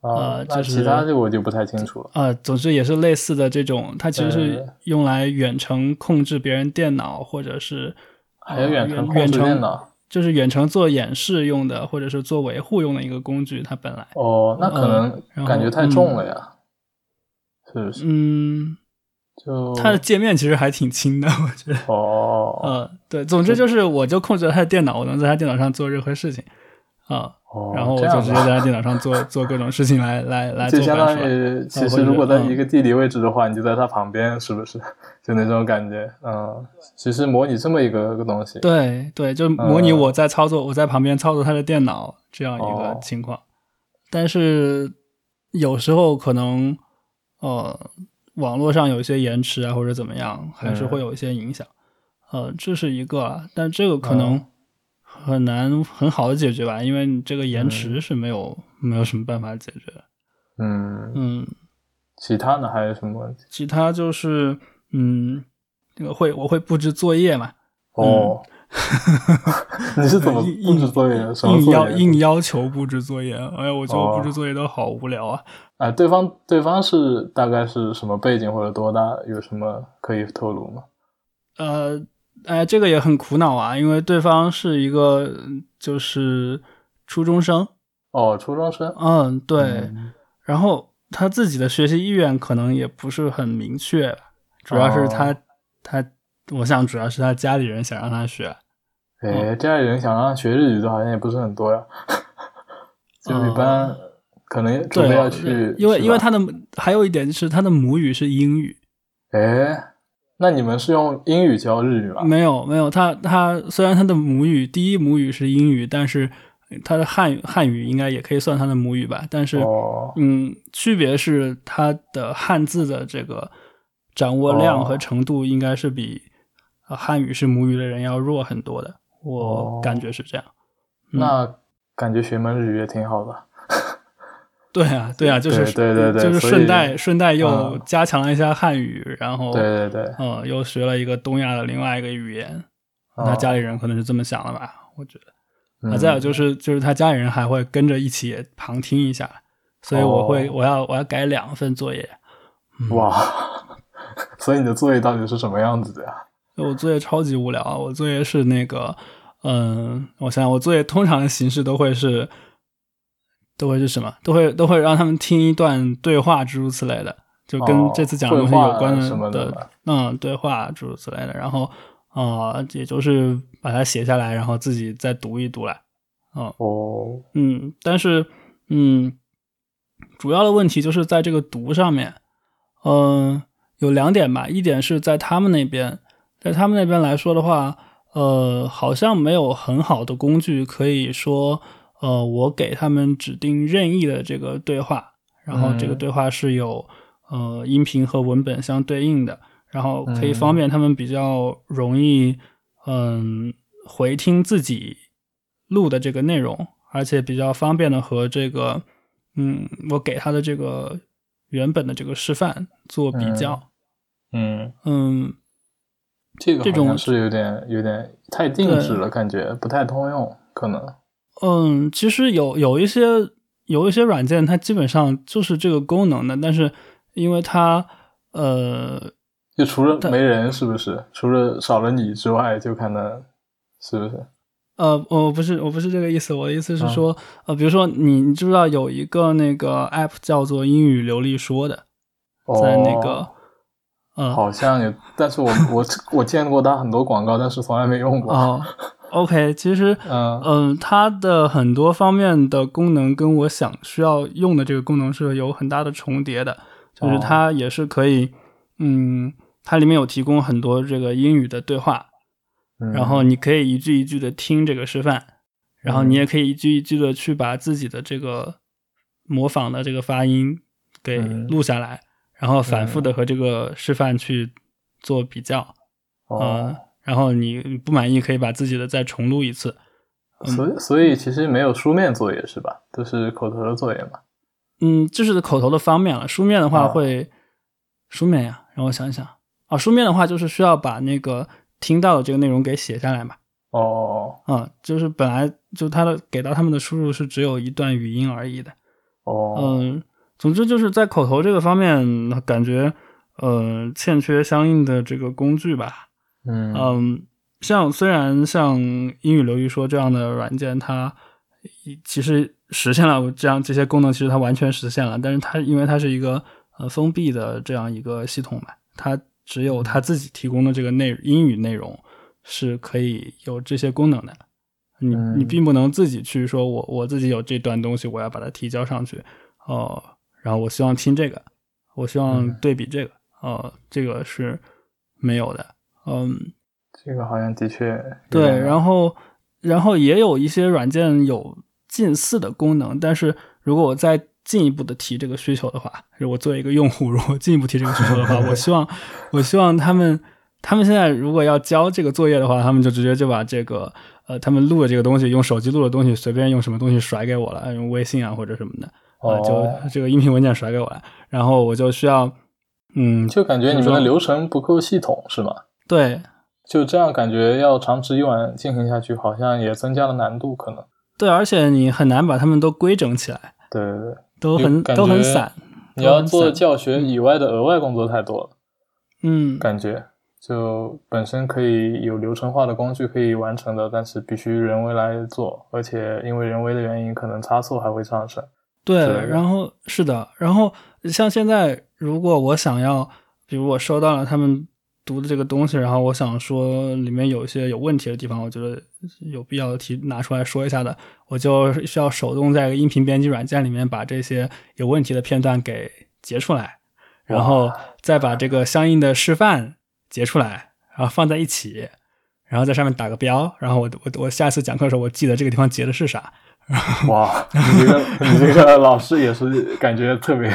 S1: 啊
S2: 呃，
S1: 那
S2: 就是
S1: 其他的我就不太清楚了。
S2: 呃，总之也是类似的这种，它其实是
S1: 对
S2: 用来远程控制别人电脑或者是
S1: 还有
S2: 呃
S1: 远程控制电脑
S2: 就是远程做演示用的，或者是做维护用的一个工具。它本来，
S1: 哦，那可
S2: 嗯然
S1: 能
S2: 后
S1: 感觉太重了呀，是不是？
S2: 嗯，
S1: 就
S2: 它的界面其实还挺轻的，我觉得。
S1: 哦、
S2: 呃，对，总之就是我就控制了他的电脑，我能在他电脑上做任何事情啊、
S1: 哦，
S2: 然后我
S1: 这
S2: 就
S1: 样
S2: 直接
S1: 吧
S2: 在他电脑上做做各种事情
S1: *laughs*
S2: 来来来
S1: 就
S2: 做
S1: 相
S2: 板
S1: 当
S2: 书了。
S1: 于，其
S2: 嗯
S1: 实如果在
S2: 或者
S1: 一个地理位置的话，你就在它旁边，是不是？就那种感觉，嗯，其实模拟这么一个个东西，
S2: 对对，就模拟
S1: 呃
S2: 我在操作，我在旁边操作他的电脑这样一个
S1: 哦
S2: 情况。但是有时候可能，呃，网络上有一些延迟啊，或者怎么样，还是
S1: 嗯
S2: 会有一些影响。呃，这是一个啊，但这个可
S1: 嗯
S2: 能很难很好的解决吧，因为你这个延迟是没有、没有什么办法解决的。
S1: 嗯，
S2: 嗯，
S1: 其他呢还有什么问题？
S2: 其他就是嗯，那个会我会布置作业嘛，
S1: 哦， *laughs* 你是怎么
S2: 硬
S1: 布置作业的？什么
S2: 硬
S1: 作
S2: 要
S1: 业？
S2: 硬要求布置作业，哎呀，我觉得我布置
S1: 哦
S2: 作业都好无聊啊。
S1: 哎，对方对方是大概是什么背景或者多大？有什么可以透露吗？
S2: 呃，哎，这个也很苦恼啊，因为对方是一个嗯就是初中生，
S1: 哦，初中生，
S2: 嗯，对。
S1: 嗯，
S2: 然后他自己的学习意愿可能也不是很明确，主要是他、
S1: 哦
S2: 他，我想主要是他家里人想让他学，嗯
S1: 哎，家里人想让学日语的，好像也不是很多
S2: *laughs*
S1: 呀。就是一般、可能准备
S2: 嗯对
S1: 要去，
S2: 因为因为
S1: 他
S2: 他的还有一点是他的母语是英语，
S1: 哎，那你们是用英语教日语吗？
S2: 没有没有，他他虽然他的母语第一母语是英语，但是他的汉语汉语应该也可以算他的母语吧，但是、
S1: 哦，
S2: 嗯，区别是他的汉字的这个掌握量和程度应该是比、呃汉语是母语的人要弱很多的，我
S1: 哦
S2: 感觉是这样。嗯
S1: 那感觉学门日语也挺好的。
S2: 对啊，对啊，就是
S1: 对对对对
S2: 就是
S1: 所以
S2: 顺带顺带又
S1: 嗯
S2: 加强了一下汉语，然后
S1: 对对对，
S2: 嗯，又学了一个东亚的另外一个语言。
S1: 嗯
S2: 那家里人可能是这么想的吧，我觉得。啊，
S1: 嗯
S2: 再有就是就是他家里人还会跟着一起旁听一下，所以我会、
S1: 哦
S2: 我要我要改两份作业。嗯、，
S1: 哇， *laughs* 所以你的作业到底是什么样子的呀？
S2: 我作业超级无聊啊！我作业是那个，嗯，我想想，我作业通常的形式都会是，都会是什么？都会都会让他们听一段对话，诸如此类的，就跟
S1: 哦
S2: 这次讲的东西
S1: 绘画
S2: 有关
S1: 什么的
S2: 的嗯，对话诸如此类的。然后，呃，也就是把它写下来，然后自己再读一读来。
S1: 哦，
S2: 嗯，但是嗯，主要的问题就是在这个读上面，嗯、有两点吧，一点是在他们那边，在他们那边来说的话，呃，好像没有很好的工具可以说，呃，我给他们指定任意的这个对话，然后这个
S1: 嗯
S2: 对话是有、呃音频和文本相对应的，然后可以
S1: 嗯
S2: 方便他们比较容易嗯回听自己录的这个内容，而且比较方便的和这个嗯我给他的这个原本的这个示范做比较，
S1: 嗯，
S2: 嗯
S1: 这个
S2: 这
S1: 好
S2: 种
S1: 像是有点有点太定制了，感觉不太通用，可能。
S2: 嗯，其实有有一些有一些软件，它基本上就是这个功能的，但是因为它呃，
S1: 就除了没人，是不是？除了少了你之外，就可能是不是？
S2: 呃，我不是我不是这个意思，我的意思是
S1: 嗯
S2: 说，呃，比如说你你知不知道有一个那个 app 叫做英语流利说的，
S1: 哦
S2: 在那个、呃
S1: 好像有，但是我我我见过他很多广告，但是从来没用过。
S2: *laughs* 哦，OK，其实
S1: 嗯
S2: 嗯，它的很多方面的功能跟我想需要用的这个功能是有很大的重叠的，就是
S1: 哦
S2: 它也是可以，嗯，它里面有提供很多这个英语的对话，
S1: 嗯
S2: 然后你可以一句一句的听这个示范，然后
S1: 嗯
S2: 你也可以一句一句的去把自己的这个模仿的这个发音给
S1: 嗯
S2: 录下来，然后反复的和这个示范去做比较，嗯
S1: 哦，，
S2: 然后你不满意可以把自己的再重录一次。
S1: 所
S2: 嗯
S1: 以所以其实没有书面作业是吧？都是口头的作业嘛。
S2: 嗯，这是口头的方面了。书面的话
S1: 啊
S2: 会，书面呀，让我想一想啊，书面的话就是需要把那个听到的这个内容给写下来嘛。
S1: 哦
S2: 啊、就是本来就他的给到他们的输入是只有一段语音而已的。
S1: 哦，
S2: 嗯、总之就是在口头这个方面，感觉呃欠缺相应的这个工具吧。
S1: 嗯
S2: 嗯，像虽然像英语流利说这样的软件，它一其实实现了这样这些功能，其实它完全实现了，但是它因为它是一个呃封闭的这样一个系统嘛，它只有它自己提供的这个内英语内容是可以有这些功能的。你
S1: 嗯
S2: 你并不能自己去说我我自己有这段东西，我要把它提交上去，哦、然后我希望听这个，我希望
S1: 嗯
S2: 对比这个，呃，这个是没有的，嗯，
S1: 这个好像的确有
S2: 对，
S1: 点难
S2: 然后然后也有一些软件有近似的功能，但是如果我再进一步的提这个需求的话，就是我作为一个用户，如果进一步提这个需求的话，我希望我希望他们他们现在如果要交这个作业的话，他们就直接就把这个呃他们录的这个东西，用手机录的东西，随便用什么东西甩给我了，用微信啊或者什么的，啊、
S1: 哦
S2: 就这个音频文件甩给我了，然后我就需要嗯
S1: 就感觉你
S2: 就
S1: 们
S2: 是
S1: 的流程不够系统是吗？
S2: 对
S1: 就这样感觉要长此以往进行下去，好像也增加了难度，可能。
S2: 对，而且你很难把他们都规整起来，
S1: 对对对，
S2: 都
S1: 就
S2: 很
S1: 感
S2: 都很
S1: 觉
S2: 散。
S1: 你要做
S2: 散
S1: 教学以外的额外工作太多了，
S2: 嗯，
S1: 感觉就本身可以有流程化的工具可以完成的，但是必须人为来做，而且因为人为的原因，可能差错还会上升。
S2: 对
S1: 之类，的
S2: 然后是的，然后像现在，如果我想要，比如我收到了他们读的这个东西，然后我想说里面有一些有问题的地方，我觉得有必要提拿出来说一下的，我就需要手动在音频编辑软件里面把这些有问题的片段给截出来，然后再把这个相应的示范截出来，然后放在一起，然后在上面打个标，然后我我我下次讲课的时候，我记得这个地方截的是啥。
S1: *laughs* 哇，你这个你这个老师也是感觉特别，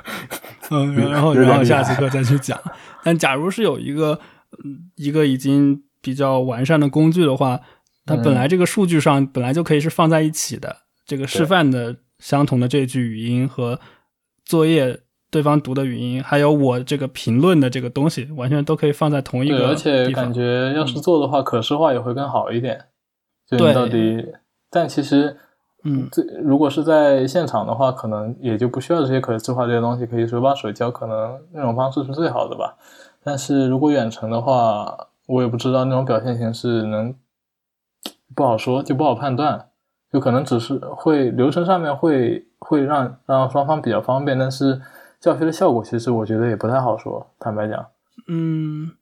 S2: *laughs* 嗯，
S1: 有
S2: 然后
S1: 有点
S2: 然后
S1: 厉
S2: 下
S1: 害
S2: 节课再去讲。但假如是有一个嗯一个已经比较完善的工具的话，它
S1: 嗯
S2: 本来这个数据上本来就可以是放在一起的。这个示
S1: 对
S2: 范的相同的这句语音和作业对方读的语音，还有我这个评论的这个东西，完全都可以放在同一
S1: 对，
S2: 个
S1: 而且
S2: 地
S1: 感
S2: 方。嗯
S1: 觉要是做的话，可视化也会更好一点。就
S2: 对
S1: 你到底，但其实
S2: 嗯，
S1: 这如果是在现场的话，可能也就不需要这些可视化这些东西，可以手把手教，可能那种方式是最好的吧。但是如果远程的话，我也不知道那种表现形式能不好说，就不好判断，就可能只是会流程上面会会让让双方比较方便，但是教学的效果其实我觉得也不太好说，坦白讲。
S2: 嗯，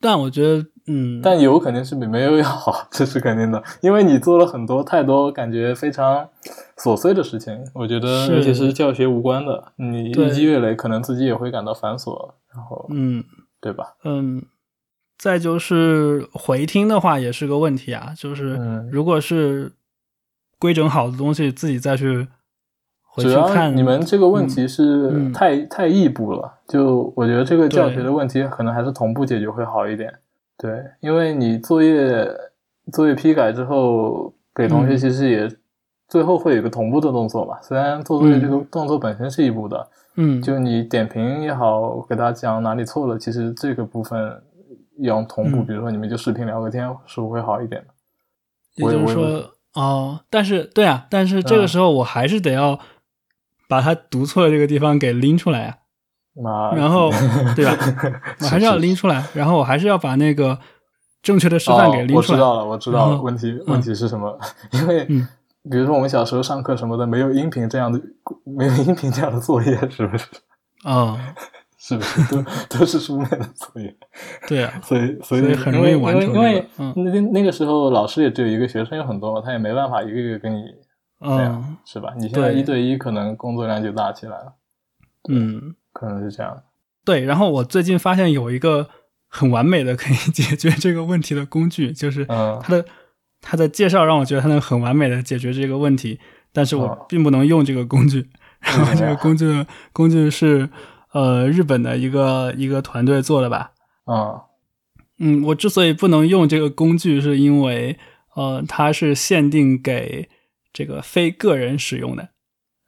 S2: 但我觉得，嗯，
S1: 但有肯定是比没有要好， *laughs* 这是肯定的，因为你做了很多太多感觉非常琐碎的事情，我觉得
S2: 是
S1: 尤其是教学无关的，你
S2: 对
S1: 日积月累，可能自己也会感到繁琐，然后
S2: 嗯。
S1: 对吧？
S2: 嗯，再就是回听的话也是个问题啊，就是
S1: 嗯
S2: 如果是规整好的东西，自己再去回
S1: 主
S2: 去
S1: 要
S2: 看
S1: 你们这个问题是
S2: 嗯
S1: 太、太异步了，就我觉得这个教学
S2: 对
S1: 的问题可能还是同步解决会好一点。对，因为你作业作业批改之后给同学
S2: 嗯
S1: 其实也、最后会有一个同步的动作嘛，虽然做作业这个动作本身是一步的，
S2: 嗯，
S1: 就你点评也好，给他讲哪里错了，其实这个部分要同步，
S2: 嗯
S1: 比如说你们就视频聊个天，是不是会好一点的？
S2: 也就是
S1: 我嗯
S2: 说哦，但是对啊，但是这个时候我还是得要把它读错的这个地方给拎出来啊，
S1: 那
S2: 然后对
S1: *laughs*
S2: 吧？我还是要拎出来，然后我还是要把那个正确的示范给拎
S1: 哦。我
S2: 出
S1: 知
S2: 来。
S1: 道了，我知道
S2: 然
S1: 了。
S2: 后
S1: 问题问题是什么？因为
S2: 嗯
S1: 比如说我们小时候上课什么的，没有音频这样的，没有音频这样的作业，是不是？
S2: 哦，
S1: 是不是都都是书面的作业？
S2: 对啊，
S1: 所以所以
S2: 所以很容易
S1: 因为
S2: 完成
S1: 因为
S2: 这个嗯
S1: 因为那那个时候老师也只有一个，学生有很多嘛，他也没办法一个一个跟你那
S2: 嗯
S1: 样是吧？你现在
S2: 对
S1: 一对一，可能工作量就大起来了，
S2: 嗯。
S1: 可能是这样。
S2: 对，然后我最近发现有一个很完美的可以 *laughs* 解决这个问题的工具，就是
S1: 嗯
S2: 它的、它的介绍让我觉得它能很完美的解决这个问题，但是我
S1: 哦
S2: 并不能用这个工具。 *laughs* 然后
S1: 为什
S2: 这
S1: 么
S2: 个
S1: 呀
S2: 工具工具是呃日本的一个一个团队做的吧？呃
S1: 嗯
S2: 嗯，我之所以不能用这个工具，是因为呃它是限定给这个非个人使用的。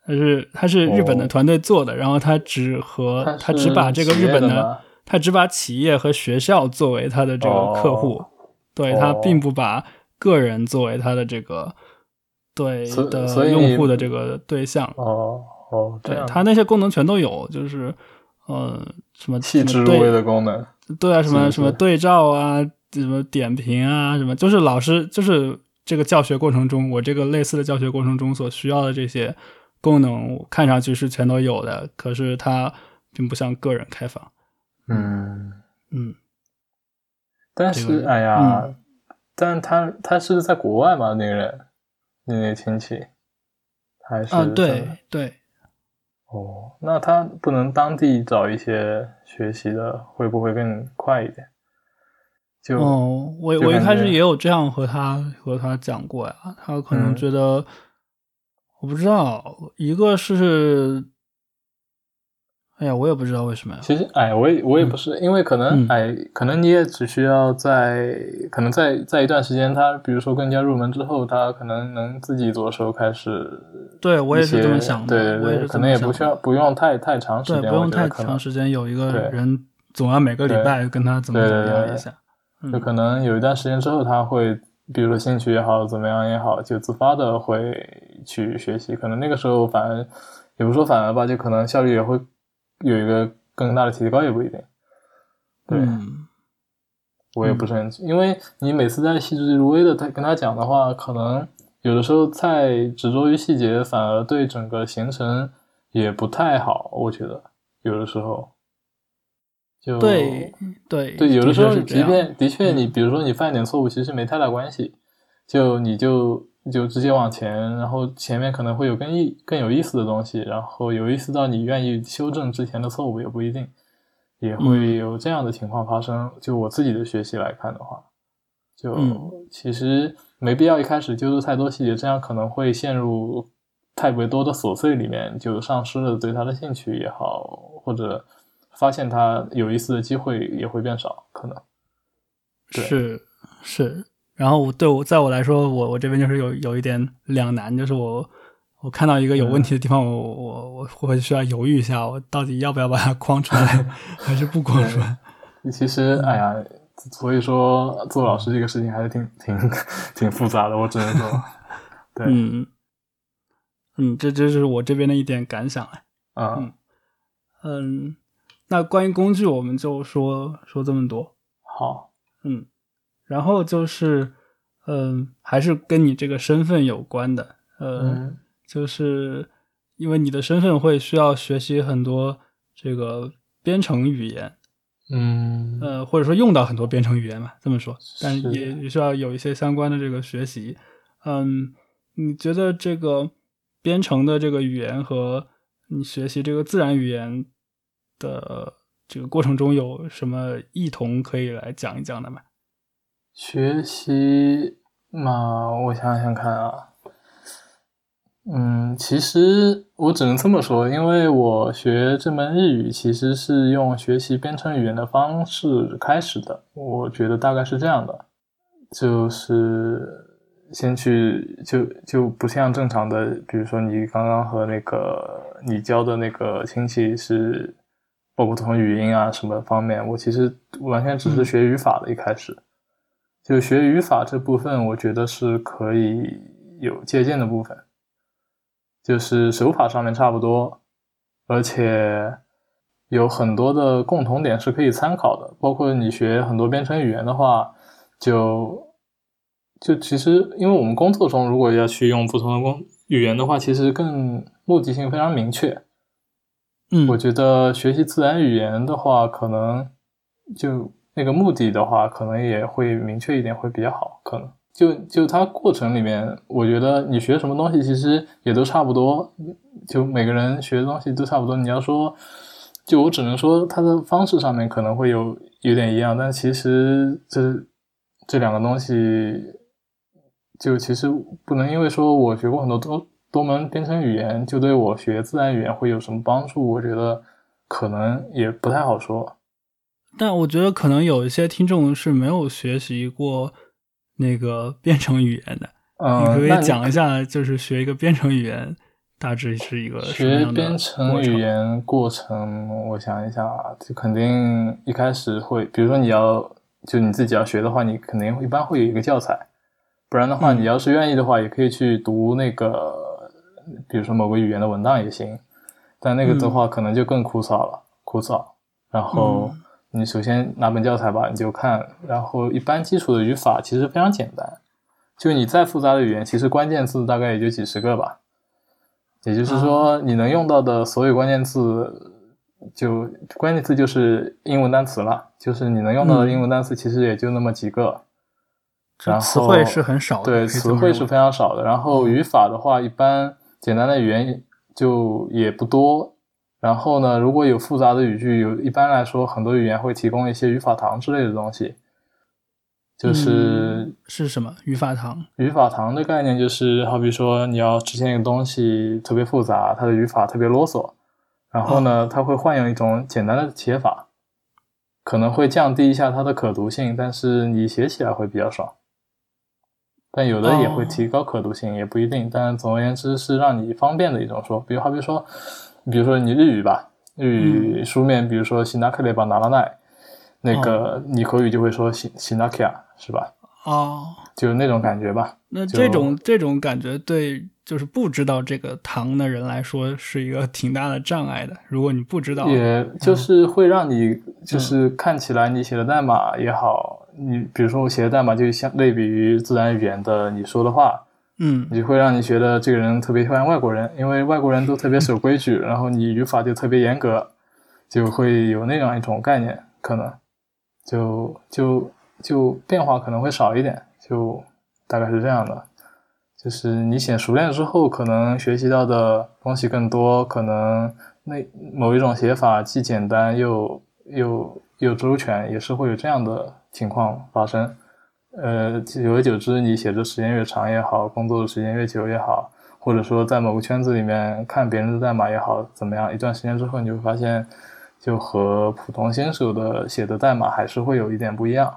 S2: 它是它是日本的
S1: 哦
S2: 团队做的，然后它只和它
S1: 它
S2: 只把这个日本
S1: 的
S2: 的
S1: 吗
S2: 他只把企业和学校作为他的这个客户，
S1: 哦
S2: 对
S1: 哦
S2: 他并不把个人作为他的这个对
S1: 所以所
S2: 的
S1: 以你
S2: 用户的这个对象。
S1: 哦哦，这
S2: 对
S1: 样
S2: 他那些功能全都有，就是呃什么
S1: 细
S2: 什
S1: 致
S2: 么
S1: 入微
S2: 对
S1: 的功能。
S2: 对啊，什么
S1: 是
S2: 什么
S1: 是
S2: 对照啊，什么点评啊，什么就是老师就是这个教学过程中，我这个类似的教学过程中所需要的这些功能，看上去是全都有的，可是它并不向个人开放。
S1: 嗯，
S2: 嗯，
S1: 但
S2: 这
S1: 是
S2: 个嗯
S1: 哎呀，但他他是在国外嘛？那个人，你那个亲戚，还是
S2: 啊，
S1: 在
S2: 对对，
S1: 哦，那他不能当地找一些学习的，会不会更快一点？就
S2: 哦，我
S1: 就
S2: 我一
S1: 感
S2: 开始
S1: 觉
S2: 也有这样和他和他讲过呀，他可能
S1: 嗯
S2: 觉得、我不知道，一个是，哎呀，我也不知道为什么呀，
S1: 其实，哎，我也我也不是，因为可能
S2: 嗯，
S1: 哎，可能你也只需要在，可能在在一段时间，他比如说更加入门之后，他可能能自己着手开始。
S2: 对我也是这么想的，
S1: 对
S2: 我
S1: 对
S2: 是
S1: 对，
S2: 这
S1: 可
S2: 么
S1: 能也
S2: 想
S1: 不需
S2: 的
S1: 要不用太太长时
S2: 对，
S1: 间，
S2: 不
S1: 我
S2: 用
S1: 觉得
S2: 太
S1: 可
S2: 长
S1: 能
S2: 时间有一个
S1: 对
S2: 人总要每个礼
S1: 对
S2: 拜跟他怎么
S1: 对
S2: 怎
S1: 对
S2: 么样
S1: 对
S2: 一下，
S1: 就
S2: 嗯
S1: 可能有一段时间之后，他会，比如说兴趣也好，怎么样也好，就自发的会去学习。可能那个时候反而，也不是说反而吧，就可能效率也会有一个更大的提高，也不一定。对，
S2: 嗯
S1: 我也不是很，因为你每次在细致入微的他跟他讲的话，可能有的时候太执着于细节，反而对整个行程也不太好。我觉得有的时候，就
S2: 对对
S1: 对，有的时候
S2: 是这
S1: 即
S2: 样嗯
S1: 便的确你比如说你犯一点错误，其实没太大关系，就你就就直接往前，然后前面可能会有更意更有意思的东西，然后有意思到你愿意修正之前的错误也不一定，也会
S2: 嗯
S1: 有这样的情况发生。就我自己的学习来看的话，就
S2: 嗯
S1: 其实没必要一开始揪出太多细节，这样可能会陷入太过多的琐碎里面，就丧失了对它的兴趣也好，或者发现它有意思的机会也会变少，可能。对
S2: 是是。然后我对我在我来说，我我这边就是有有一点两难，就是我我看到一个有问题的地方，我我我我会不会需要犹豫一下，我到底要不要把它框出来， *laughs* 还是不框出来？
S1: 其实，
S2: 嗯
S1: 哎呀，所以说做老师这个事情还是挺挺挺复杂的，我只能
S2: *laughs*
S1: 说，对，
S2: 嗯嗯，这这是我这边的一点感想。
S1: 啊、
S2: 嗯嗯，那关于工具我们就说说这么多。
S1: 好，
S2: 嗯，然后就是，嗯，还是跟你这个身份有关的。呃，
S1: 嗯
S2: 就是因为你的身份会需要学习很多这个编程语言，
S1: 嗯
S2: 呃，或者说用到很多编程语言嘛，这么说，但
S1: 是
S2: 也也需要有一些相关的这个学习。嗯，你觉得这个编程的这个语言和你学习这个自然语言的这个过程中有什么异同可以来讲一讲的吗？
S1: 学习嘛，我想想看啊，嗯，其实我只能这么说，因为我学这门日语其实是用学习编程语言的方式开始的，我觉得大概是这样的，就是先去就就不像正常的，比如说你刚刚和那个你交的那个亲戚是，包括从语音啊什么方面，我其实完全只是
S2: 嗯
S1: 学语法的，一开始。就学语法这部分，我觉得是可以有借鉴的部分，就是手法上面差不多，而且有很多的共同点是可以参考的。包括你学很多编程语言的话，就就其实因为我们工作中如果要去用不同的工语言的话，其实更目的性非常明确。
S2: 嗯
S1: 我觉得学习自然语言的话，可能就那个目的的话，可能也会明确一点，会比较好。可能就就它过程里面，我觉得你学什么东西其实也都差不多，就每个人学的东西都差不多。你要说，就我只能说它的方式上面可能会有有点一样，但其实这这两个东西，就其实不能因为说我学过很多多多门编程语言，就对我学自然语言会有什么帮助？我觉得可能也不太好说。
S2: 但我觉得可能有一些听众是没有学习过那个编程语言的，
S1: 嗯，
S2: 你可不可
S1: 那
S2: 以讲一下，就是学一个编程语言，大致是一个什么
S1: 学
S2: 样的
S1: 编程
S2: 过程
S1: 语言过程，我想一下啊，就肯定一开始会，比如说你要就你自己要学的话，你肯定一般会有一个教材，不然的话，
S2: 嗯
S1: 你要是愿意的话，也可以去读那个，比如说某个语言的文档也行，但那个
S2: 嗯
S1: 的话可能就更枯燥了，枯燥。然后
S2: 嗯
S1: 你首先拿本教材吧，你就看，然后一般基础的语法其实非常简单，就你再复杂的语言，其实关键字大概也就几十个吧。也就是说，
S2: 啊
S1: 你能用到的所有关键字，就关键字就是英文单词了，就是你能用到的
S2: 嗯
S1: 英文单词其实也就那么几个。
S2: 这
S1: 然
S2: 词
S1: 后
S2: 汇是很少的，
S1: 对，
S2: 可以这
S1: 词
S2: 哦么嗯
S1: 汇
S2: 说
S1: 是非常少的。然后语法的话，一般简单的语言就也不多。然后呢，如果有复杂的语句，有一般来说，很多语言会提供一些语法堂之类的东西，就是
S2: 嗯是什么语法堂？
S1: 语法堂的概念就是，好比说你要实现一个东西特别复杂，它的语法特别啰嗦，然后呢，它会换用一种简单的写法，可能会降低一下它的可读性，但是你写起来会比较爽。但有的也会
S2: 哦
S1: 提高可读性，也不一定。但总而言之是让你方便的一种说，比如好比说，比如说你日语吧，日语书面，比如说 “shinake le ba n a r a n a 那个你口语就会说 “shin shinake” 是吧？
S2: 哦，
S1: 就那种感觉吧。
S2: 那
S1: 就
S2: 这种这种感觉对，就是不知道这个堂的人来说是一个 *laughs* 挺大的障碍的。嗯如果你不知道，
S1: 也就是会让你就是看起来你写的代码也好，你比如说我写的代码就相类比于自然语言的你说的话，
S2: 嗯
S1: 你会让你觉得这个人特别像外国人，因为外国人都特别守规矩，然后你语法就特别严格，就会有那样一种概念，可能就就就变化可能会少一点，就大概是这样的。就是你写熟练之后，可能学习到的东西更多，可能那某一种写法既简单又又又周全，也是会有这样的情况发生。呃，久而久之，你写的时间越长也好，工作的时间越久也好，或者说在某个圈子里面看别人的代码也好，怎么样，一段时间之后，你就会发现，就和普通新手的写的代码还是会有一点不一样。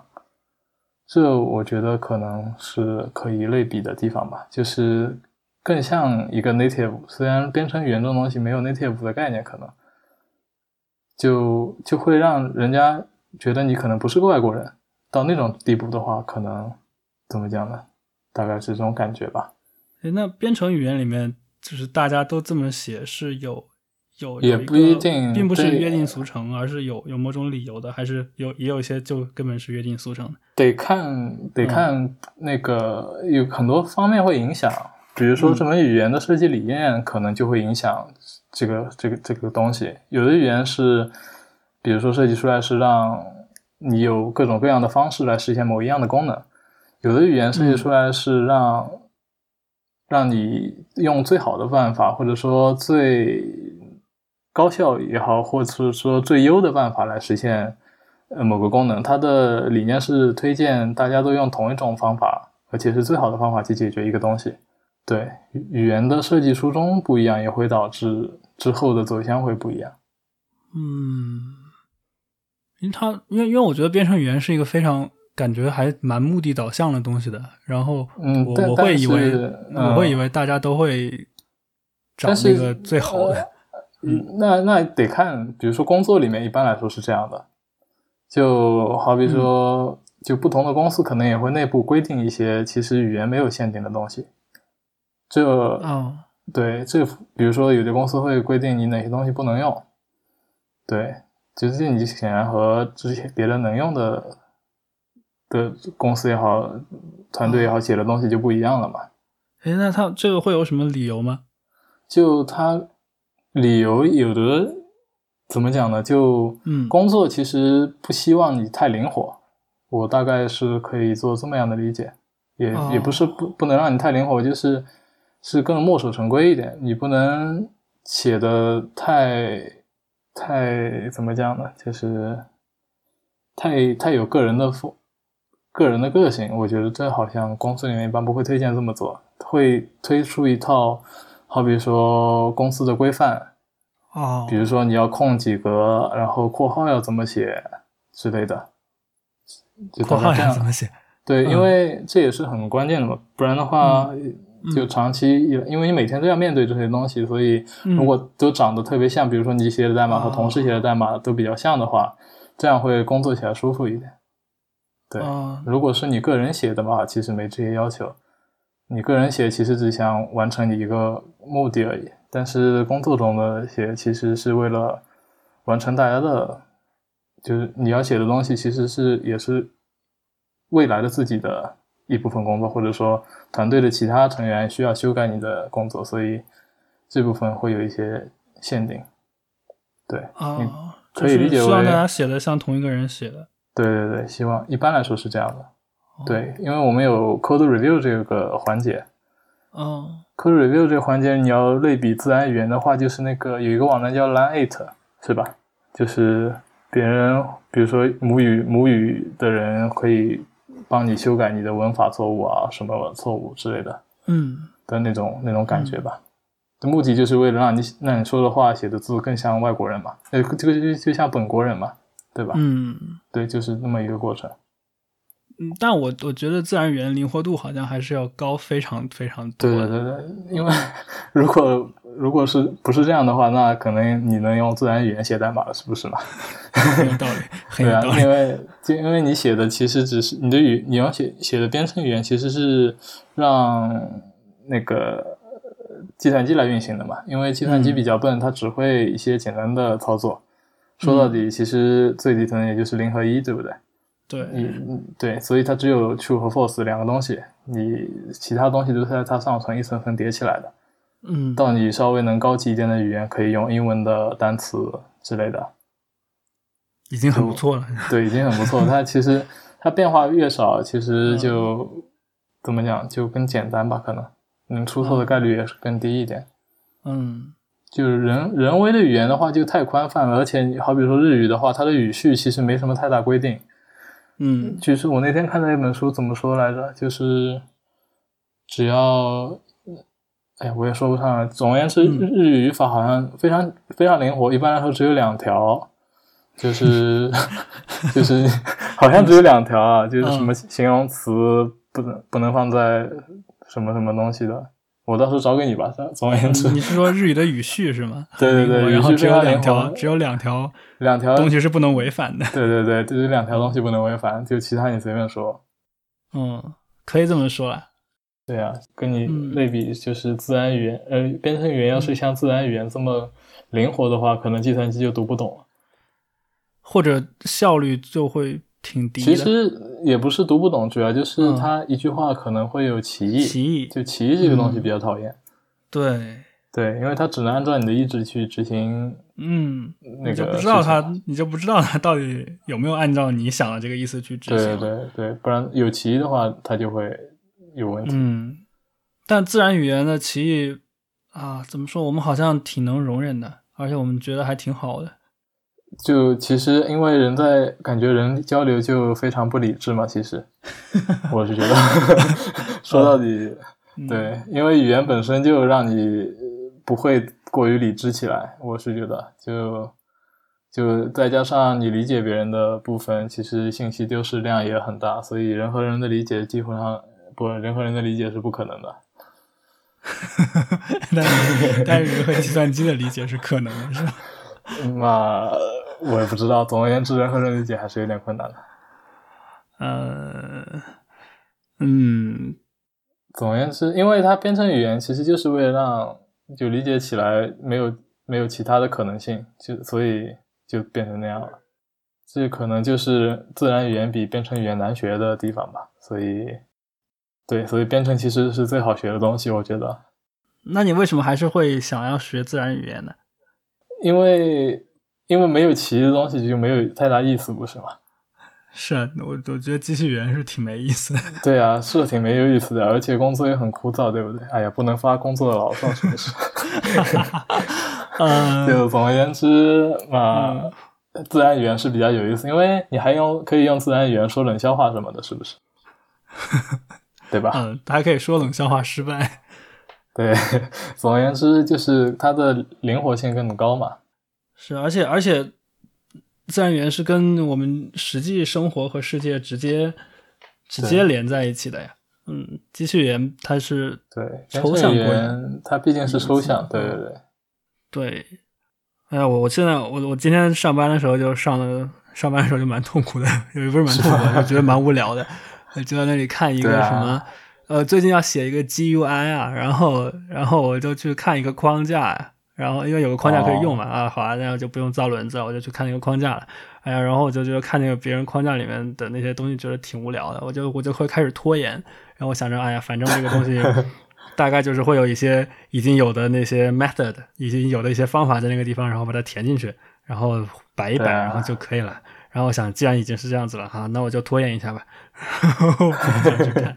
S1: 这我觉得可能是可以类比的地方吧，就是更像一个 native，虽然编程语言这种东西没有 native 的概念，可能就就会让人家觉得你可能不是个外国人。到那种地步的话，可能怎么讲呢？大概是这种感觉吧。
S2: 诶那编程语言里面就是大家都这么写是有有
S1: 也
S2: 有
S1: 不
S2: 个
S1: 一定
S2: 并不是
S1: 对
S2: 约定俗成，而是有有某种理由的，还是有也有一些就根本是约定俗成的。
S1: 得看嗯得看那个有很多方面会影响，比如说
S2: 嗯
S1: 这门语言的设计理念，可能就会影响这个这个这个东西。有的语言是，比如说设计出来是让你有各种各样的方式来实现某一样的功能，有的语言设计出来是让、让你用最好的办法，或者说最高效也好，或者是说最优的办法来实现呃某个功能。它的理念是推荐大家都用同一种方法，而且是最好的方法去解决一个东西。对，语语言的设计初衷不一样，也会导致之后的走向会不一样。
S2: 嗯，因为它因为因为我觉得编程语言是一个非常感觉还蛮目的导向的东西的，然后
S1: 嗯
S2: 我
S1: 但
S2: 我会
S1: 但
S2: 以为、
S1: 是
S2: 我会
S1: 嗯
S2: 以为大家都会
S1: 但
S2: 找那
S1: 是呃
S2: 个最好的，嗯
S1: 嗯，那那得看，比如说工作里面一般来说是这样的，就好
S2: 嗯
S1: 比说，就不同的公司可能也会内部规定一些其实语言没有限定的东西。这
S2: 哦，
S1: 对这，比如说有的公司会规定你哪些东西不能用，对，就是你显然和之前别的能用的的公司也好，团队也
S2: 啊
S1: 好写的东西就不一样了嘛。
S2: 诶，那它这个会有什么理由吗？
S1: 就他理由有的怎么讲呢？就
S2: 嗯
S1: 工作其实不希望你太灵活，我大概是可以做这么样的理解，也、
S2: 哦
S1: 也不是不不能让你太灵活，就是是更墨守成规一点，你不能写的太太怎么讲呢？就是太太有个人的风。个人的个性，我觉得这好像公司里面一般不会推荐这么做，会推出一套，好比说公司的规范，
S2: 哦
S1: 比如说你要空几格，然后括号要怎么写之类的，就
S2: 括
S1: 大
S2: 号
S1: 概这
S2: 要怎
S1: 样。
S2: 么写？
S1: 对，
S2: 嗯
S1: 因为这也是很关键的嘛，不然的话，
S2: 嗯
S1: 就长期以来，因为你每天都要面对这些东西，所以
S2: 嗯
S1: 如果都长得特别像，比如说你写的代码
S2: 哦
S1: 和同事写的代码都比较像的话，这样会工作起来舒服一点。对，
S2: 哦
S1: 如果是你个人写的话，其实没这些要求。你个人写其实只想完成你一个目的而已，但是工作中的写其实是为了完成大家的，就是你要写的东西其实是也是未来的自己的一部分工作，或者说团队的其他成员需要修改你的工作，所以这部分会有一些限定。对，
S2: 哦，
S1: 嗯可以理解
S2: 就是希望
S1: 为
S2: 大家写的像同一个人写的。
S1: 对对对，希望一般来说是这样的。对，因为我们有 code review 这个环节
S2: 哦，
S1: ，code review 这个环节你要类比自然语言的话，就是那个有一个网站叫 Line Eight，是吧？就是别人，比如说母语母语的人可以帮你修改你的文法错误啊，什么错误之类的
S2: 嗯
S1: 的那种那种感觉吧。目的就是为了让你让你说的话写的字更像外国人嘛，呃，这个就就像本国人嘛，对吧？
S2: 嗯
S1: 对，就是那么一个过程。
S2: 嗯，但我我觉得自然语言灵活度好像还是要高非常非常多
S1: 对
S2: 的。
S1: 对对对，因为 *laughs* 如果如果是不是这样的话，那可能你能用自然语言写代码了，是不是嘛？
S2: 很有道
S1: *laughs*
S2: 理，很
S1: 对
S2: 有
S1: 啊
S2: 道，理。
S1: 因为就因为你写的其实只是你的语，你要写写的编程语言其实是让那个呃计算机来运行的嘛，因为计算机
S2: 嗯
S1: 比较笨，它只会
S2: 嗯
S1: 一些简单的操作。说到底，其实最底层也就是零和一，对不对？
S2: 对，
S1: 你嗯对，所以它只有 true 和 false 两个东西，你其他东西都是在它上层一层层叠起来的。
S2: 嗯，
S1: 到你稍微能高级一点的语言，可以用英文的单词之类的。
S2: 已经很不错了。
S1: 对，已经很不错。它其实它变化越少，其实就、怎么讲，就更简单吧，可能能出错的概率也是更低一点。
S2: 嗯
S1: 就是人人为的语言的话，就太宽泛了，而且你好比说日语的话，它的语序其实没什么太大规定。
S2: 嗯
S1: 其实我那天看到一本书，怎么说来着？就是只要，哎，我也说不上来。总而言之，
S2: 嗯
S1: 日日语语法好像非常非常灵活，一般来说只有两条，就是 *laughs* 就是好像只有两条啊，就是什
S2: 嗯
S1: 么形容词不能不能放在什么什么东西的。我到时候找给你吧。总而言之，
S2: 你是说日语的语序是吗？
S1: 对 *laughs* 对对
S2: 很灵活
S1: 语序
S2: 然
S1: 非常
S2: 后只有
S1: 灵
S2: 两条，
S1: 活
S2: 只有两条
S1: 两条
S2: 东西是不能违反的。
S1: 对对对，这是两条东西不能违反，就其他你随便说。
S2: 嗯，可以这么说啦。
S1: 对啊，跟你
S2: 嗯
S1: 类比就是自然语言，呃，编程语言要是像自然语言这么灵活的话，可能计算机就读不懂了。
S2: 或者效率就会挺低
S1: 其
S2: 的。
S1: 实也不是读不懂，主要就是
S2: 嗯
S1: 它一句话可能会有歧义，
S2: 歧义嗯
S1: 就歧义这个东西比较讨厌。
S2: 对，
S1: 对，因为它只能按照你的意志去执行
S2: 嗯，
S1: 那个
S2: 你就不知道
S1: 事情
S2: 他，你就不知道他到底有没有按照你想的这个意思去执行。
S1: 对对对，不然有歧义的话，它就会有问题。
S2: 嗯，但自然语言的歧义啊，怎么说？我们好像挺能容忍的，而且我们觉得还挺好的。
S1: 就其实因为人在感觉人交流就非常不理智嘛，其
S2: *laughs*
S1: 实我是觉得， *laughs* 说到底，
S2: 嗯、
S1: 对，因为语言本身就让你呃不会过于理智起来，我是觉得就就再加上你理解别人的部分，其实信息丢失量也很大，所以人和人的理解基本上不人和人的理解是不可能的。
S2: *laughs* 但是但是和计算机的理解是可能的，是吧？
S1: 那我也不知道，总而言之，人和人理解还是有点困难的。
S2: *laughs* 呃，嗯，
S1: 总而言之，因为它编程语言其实就是为了让就理解起来没有没有其他的可能性，就所以就变成那样了。这可能就是自然语言比编程语言难学的地方吧。所以，对，所以编程其实是最好学的东西，我觉得，
S2: 那你为什么还是会想要学自然语言呢？
S1: 因为因为没有歧义的东西就没有太大意思，不是吗？ *laughs*
S2: 是啊，我我觉得机器语言是挺没意思的。
S1: 对啊，是挺没有意思的，而且工作也很枯燥，对不对？哎呀，不能发工作的牢骚，是不是？
S2: *laughs* 呃， *laughs*
S1: 就总而言之啊嘛，
S2: 嗯
S1: 嗯自然语言是比较有意思，因为你还用可以用自然语言说冷笑话什么的，是不 *laughs* 是？对吧？
S2: 嗯，还可以说冷笑话失败。
S1: 对， *laughs* 总而言之就是它的灵活性更高嘛。
S2: *laughs* 是，而且而且，自然语言是跟我们实际生活和世界直接直接
S1: 对
S2: 连在一起的呀。嗯，机器语言它是
S1: 对，
S2: 抽
S1: 跟
S2: 象
S1: 语
S2: 过
S1: 言它毕竟是抽象，对对对。
S2: 对。哎呀，我我现在我我今天上班的时候就上了，上班的时候就蛮痛苦的， *laughs* 也不是蛮痛苦的，就觉得蛮无聊的，呃就在那里看一个
S1: 对啊
S2: 什么，呃，最近要写一个 GUI 啊，然后然后我就去看一个框架呀、然后因为有个框架可以用
S1: 哦
S2: 嘛，啊，好啊，那我就不用造轮子了，我就去看那个框架了。哎呀，然后我就觉得看那个别人框架里面的那些东西，觉得挺无聊的，我就我就会开始拖延。然后我想着，哎呀，反正这个东西大概就是会有一些已经有的那些 method，已经有的一些方法在那个地方，然后把它填进去，然后摆一摆，
S1: 对啊
S2: 然后就可以了。然后我想，既然已经是这样子了哈，那我就拖延一下吧。 *laughs* 然后我就这样去看，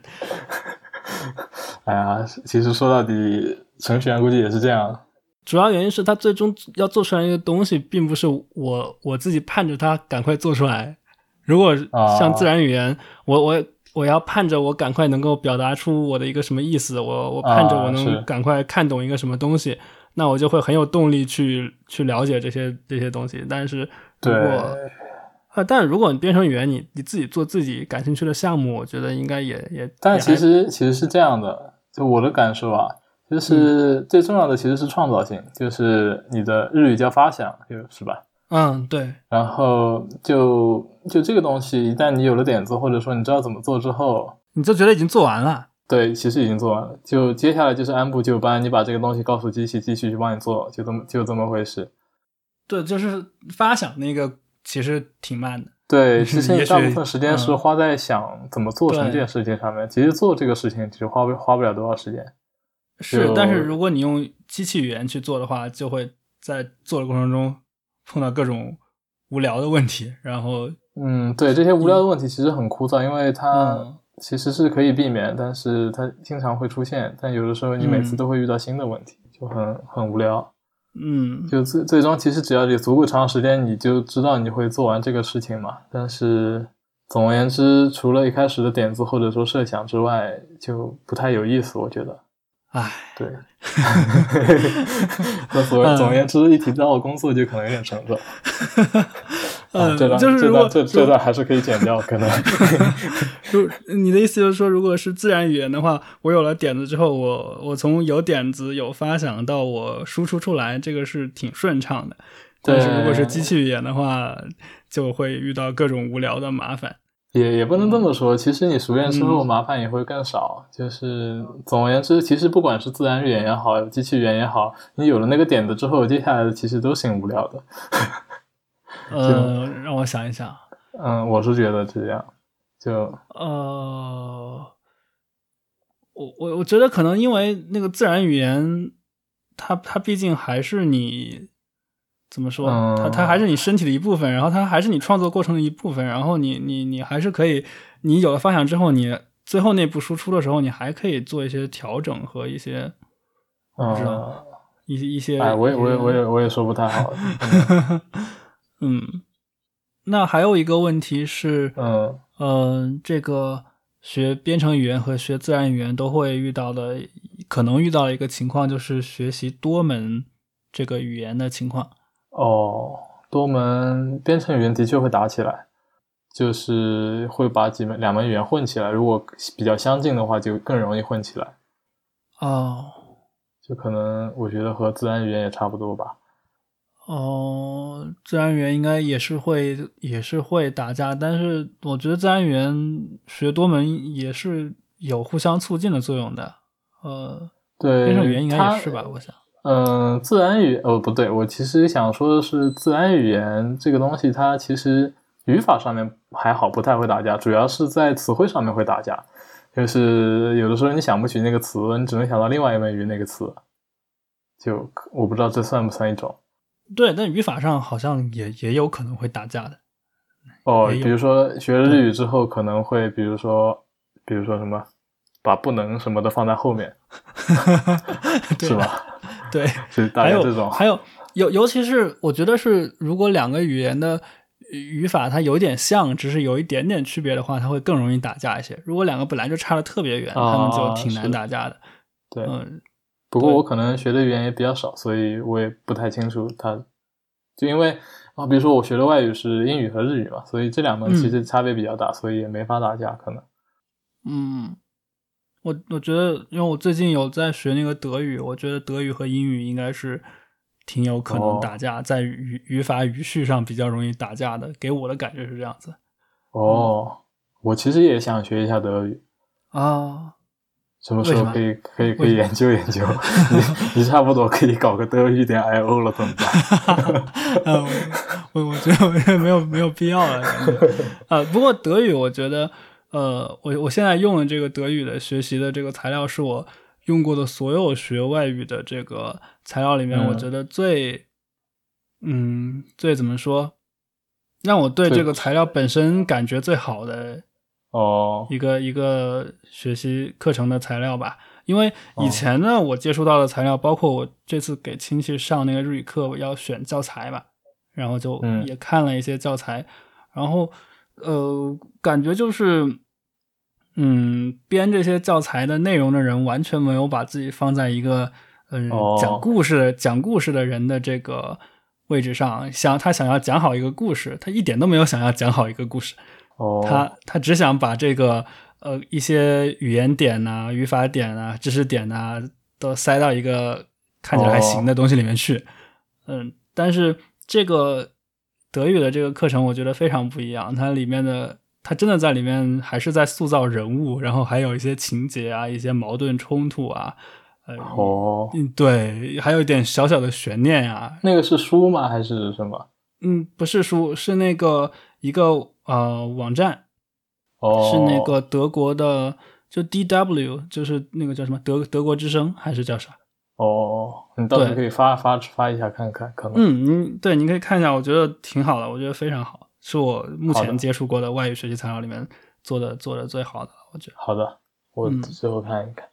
S1: 哎呀，其实说到底，程序员估计也是这样。
S2: 主要原因是它最终要做出来一个东西，并不是我我自己盼着它赶快做出来。如果
S1: 啊
S2: 像自然语言，我我我要盼着我赶快能够表达出我的一个什么意思，我我盼着我
S1: 是
S2: 能赶快看懂一个什么东西，那我就会很有动力去去了解这些这些东西。但是如
S1: 对
S2: 果呃，但如果你编程语言，你你自己做自己感兴趣的项目，我觉得应该也也，
S1: 但
S2: 也
S1: 其
S2: 还
S1: 实其实是这样的，就我的感受啊，就是最重要的其实是创造性，就是你的日语叫发想，就是吧？
S2: 嗯对
S1: 然后就就这个东西，一旦你有了点子，或者说你知道怎么做之后，
S2: 你就觉得已经做完了，
S1: 对，其实已经做完了。就接下来就是按部就班，你把这个东西告诉机器，机器去帮你做，就这么就这么回事。
S2: 对，就是发想那个其实挺慢的。
S1: 对，其实
S2: 也
S1: 你
S2: 许
S1: 大部分时间是
S2: 嗯
S1: 花在想怎么做成
S2: 对
S1: 这件事情上面。其实做这个事情其实花不花不了多少时间。
S2: 是，但是
S1: 就
S2: 如果你用机器语言去做的话，就会在做的过程中碰到各种无聊的问题，然后
S1: 嗯，对，这些无聊的问题其实很枯燥，因为它
S2: 嗯
S1: 其实是可以避免，但是它经常会出现，但有的时候你每次
S2: 嗯
S1: 都会遇到新的问题，就很很无聊。
S2: 嗯，
S1: 就最最终，其实只要你足够长时间，你就知道你会做完这个事情嘛。但是总而言之，除了一开始的点子或者说设想之外，就不太有意思，我觉得。
S2: 唉， *laughs*
S1: 对，那所
S2: 嗯
S1: 以总而言之，一提到工作就可能有点沉重。啊
S2: 呃，
S1: 这段
S2: 就是
S1: 这
S2: 如果
S1: 段这
S2: 如
S1: 这段还是可以剪掉，可能。
S2: 如你的意思就是说，如果是自然语言的话，我有了点子之后，我我从有点子、有发想到我输出出来，这个是挺顺畅的。但是如果是
S1: 对
S2: 机器语言的话，就会遇到各种无聊的麻烦。
S1: 也也不能这么说，其实你熟练之后
S2: 嗯
S1: 麻烦也会更少。就是总而言之，其实不管是自然语言也好，机器语言也好，你有了那个点子之后，接下来的其实都挺无聊的。
S2: 呃，让我想一想，
S1: 嗯，我是觉得这样，就
S2: 呃，我我我觉得可能因为那个自然语言，它它毕竟还是你怎么说？
S1: 嗯
S2: 它它还是你身体的一部分，然后它还是你创作过程的一部分，然后你你你还是可以，你有了发想之后，你最后内部输出的时候，你还可以做一些调整和一些知
S1: 嗯
S2: 道，一些一些。
S1: 哎，我也我也
S2: 一些
S1: 我也
S2: *laughs*
S1: 我也说不太好。
S2: 嗯，那还有一个问题是，
S1: 嗯
S2: 嗯，这个学编程语言和学自然语言都会遇到的，可能遇到一个情况就是学习多门这个语言的情况。
S1: 哦，多门编程语言的确会打起来，就是会把几门两门语言混起来。如果比较相近的话，就更容易混起来。
S2: 哦
S1: 就可能我觉得和自然语言也差不多吧。
S2: 哦，自然语言应该也是会也是会打架，但是我觉得自然语言学多门也是有互相促进的作用的。呃，
S1: 对，
S2: 编程语言应该
S1: 它
S2: 也是吧？我想。
S1: 嗯，自然语哦不对，我其实想说的是，自然语言这个东西，它其实语法上面还好，不太会打架，主要是在词汇上面会打架。就是有的时候你想不起那个词，你只能想到另外一门语那个词，就我不知道这算不算一种
S2: 对，但语法上好像也也有可能会打架的。 *laughs*
S1: 哦。
S2: 也有
S1: 比如说学了日语之后，可能会比如说，比如说什么，把不能什么的放在后面，
S2: 对
S1: 是吧？
S2: *laughs* 对，
S1: 就大
S2: 还
S1: 概
S2: 有
S1: 这种。
S2: 还有尤尤其是我觉得是，如果两个语言的语语法它有点像，只是有一点点区别的话，它会更容易打架一些。如果两个本来就差的特别远，
S1: 啊
S2: 他们就挺难
S1: 是
S2: 打架的。
S1: 对，
S2: 嗯，
S1: 不过
S2: 对
S1: 我可能学的语言也比较少，所以我也不太清楚它。就因为啊，比如说我学的外语是英语和日语嘛，所以这两门
S2: 嗯
S1: 其实差别比较大，所以也没法打架，可能。
S2: 嗯，我我觉得，因为我最近有在学那个德语，我觉得德语和英语应该是挺有可能
S1: 哦
S2: 打架，在语语法语序上比较容易打架的，给我的感觉是这样子
S1: 哦，我其实也想学一下德语，
S2: 啊。
S1: 什么时
S2: 为什
S1: 候
S2: 么
S1: 可以可以可
S2: 为什
S1: 以
S2: 么
S1: 研究研 *laughs* 究？你你差不多可以搞个德语点 I O 了，怎么办？
S2: *laughs* 嗯，我 *laughs* 我觉得我觉得没有没有必要了，感觉。呃，不过德语我觉得，呃，我我现在用的这个德语的学习的这个材料，是我用过的所有学外语的这个材料里面，
S1: 嗯
S2: 我觉得最，嗯，最怎么说，让我对
S1: 最
S2: 这个材料本身感觉最好的
S1: *laughs* 哦，
S2: 一个一个学习课程的材料吧。因为
S1: 哦
S2: 以前呢，我接触到的材料，包括我这次给亲戚上那个日语课，我要选教材嘛，然后就
S1: 嗯
S2: 也看了一些教材，然后呃，感觉就是，嗯，编这些教材的内容的人完全没有把自己放在一个嗯、呃
S1: 哦
S2: 讲故事讲故事的人的这个位置上，想他想要讲好一个故事，他一点都没有想要讲好一个故事，
S1: 哦，
S2: 他他只想把这个呃一些语言点呐、语法点呐、知识点呐、都塞到一个看起来还行
S1: 哦
S2: 的东西里面去。嗯，但是这个德语的这个课程，我觉得非常不一样。它里面的它真的在里面还是在塑造人物，然后还有一些情节啊、一些矛盾冲突啊，呃，
S1: 哦，
S2: 嗯，对，还有一点小小的悬念啊，
S1: 那个是书吗？还是什么？
S2: 嗯，不是书，是那个一个呃网站，
S1: 哦，
S2: 是那个德国的，就 DW，就是那个叫什么德德国之声还是叫啥？
S1: 哦，你到时候
S2: 对
S1: 可以发发发一下看看，可能
S2: 嗯，您对，您可以看一下，我觉得挺好的，我觉得非常好，是我目
S1: 好
S2: 前
S1: 的
S2: 接触过的外语学习材料里面做的做的最好的了，我觉得。
S1: 好的，我
S2: 嗯
S1: 最后看一看。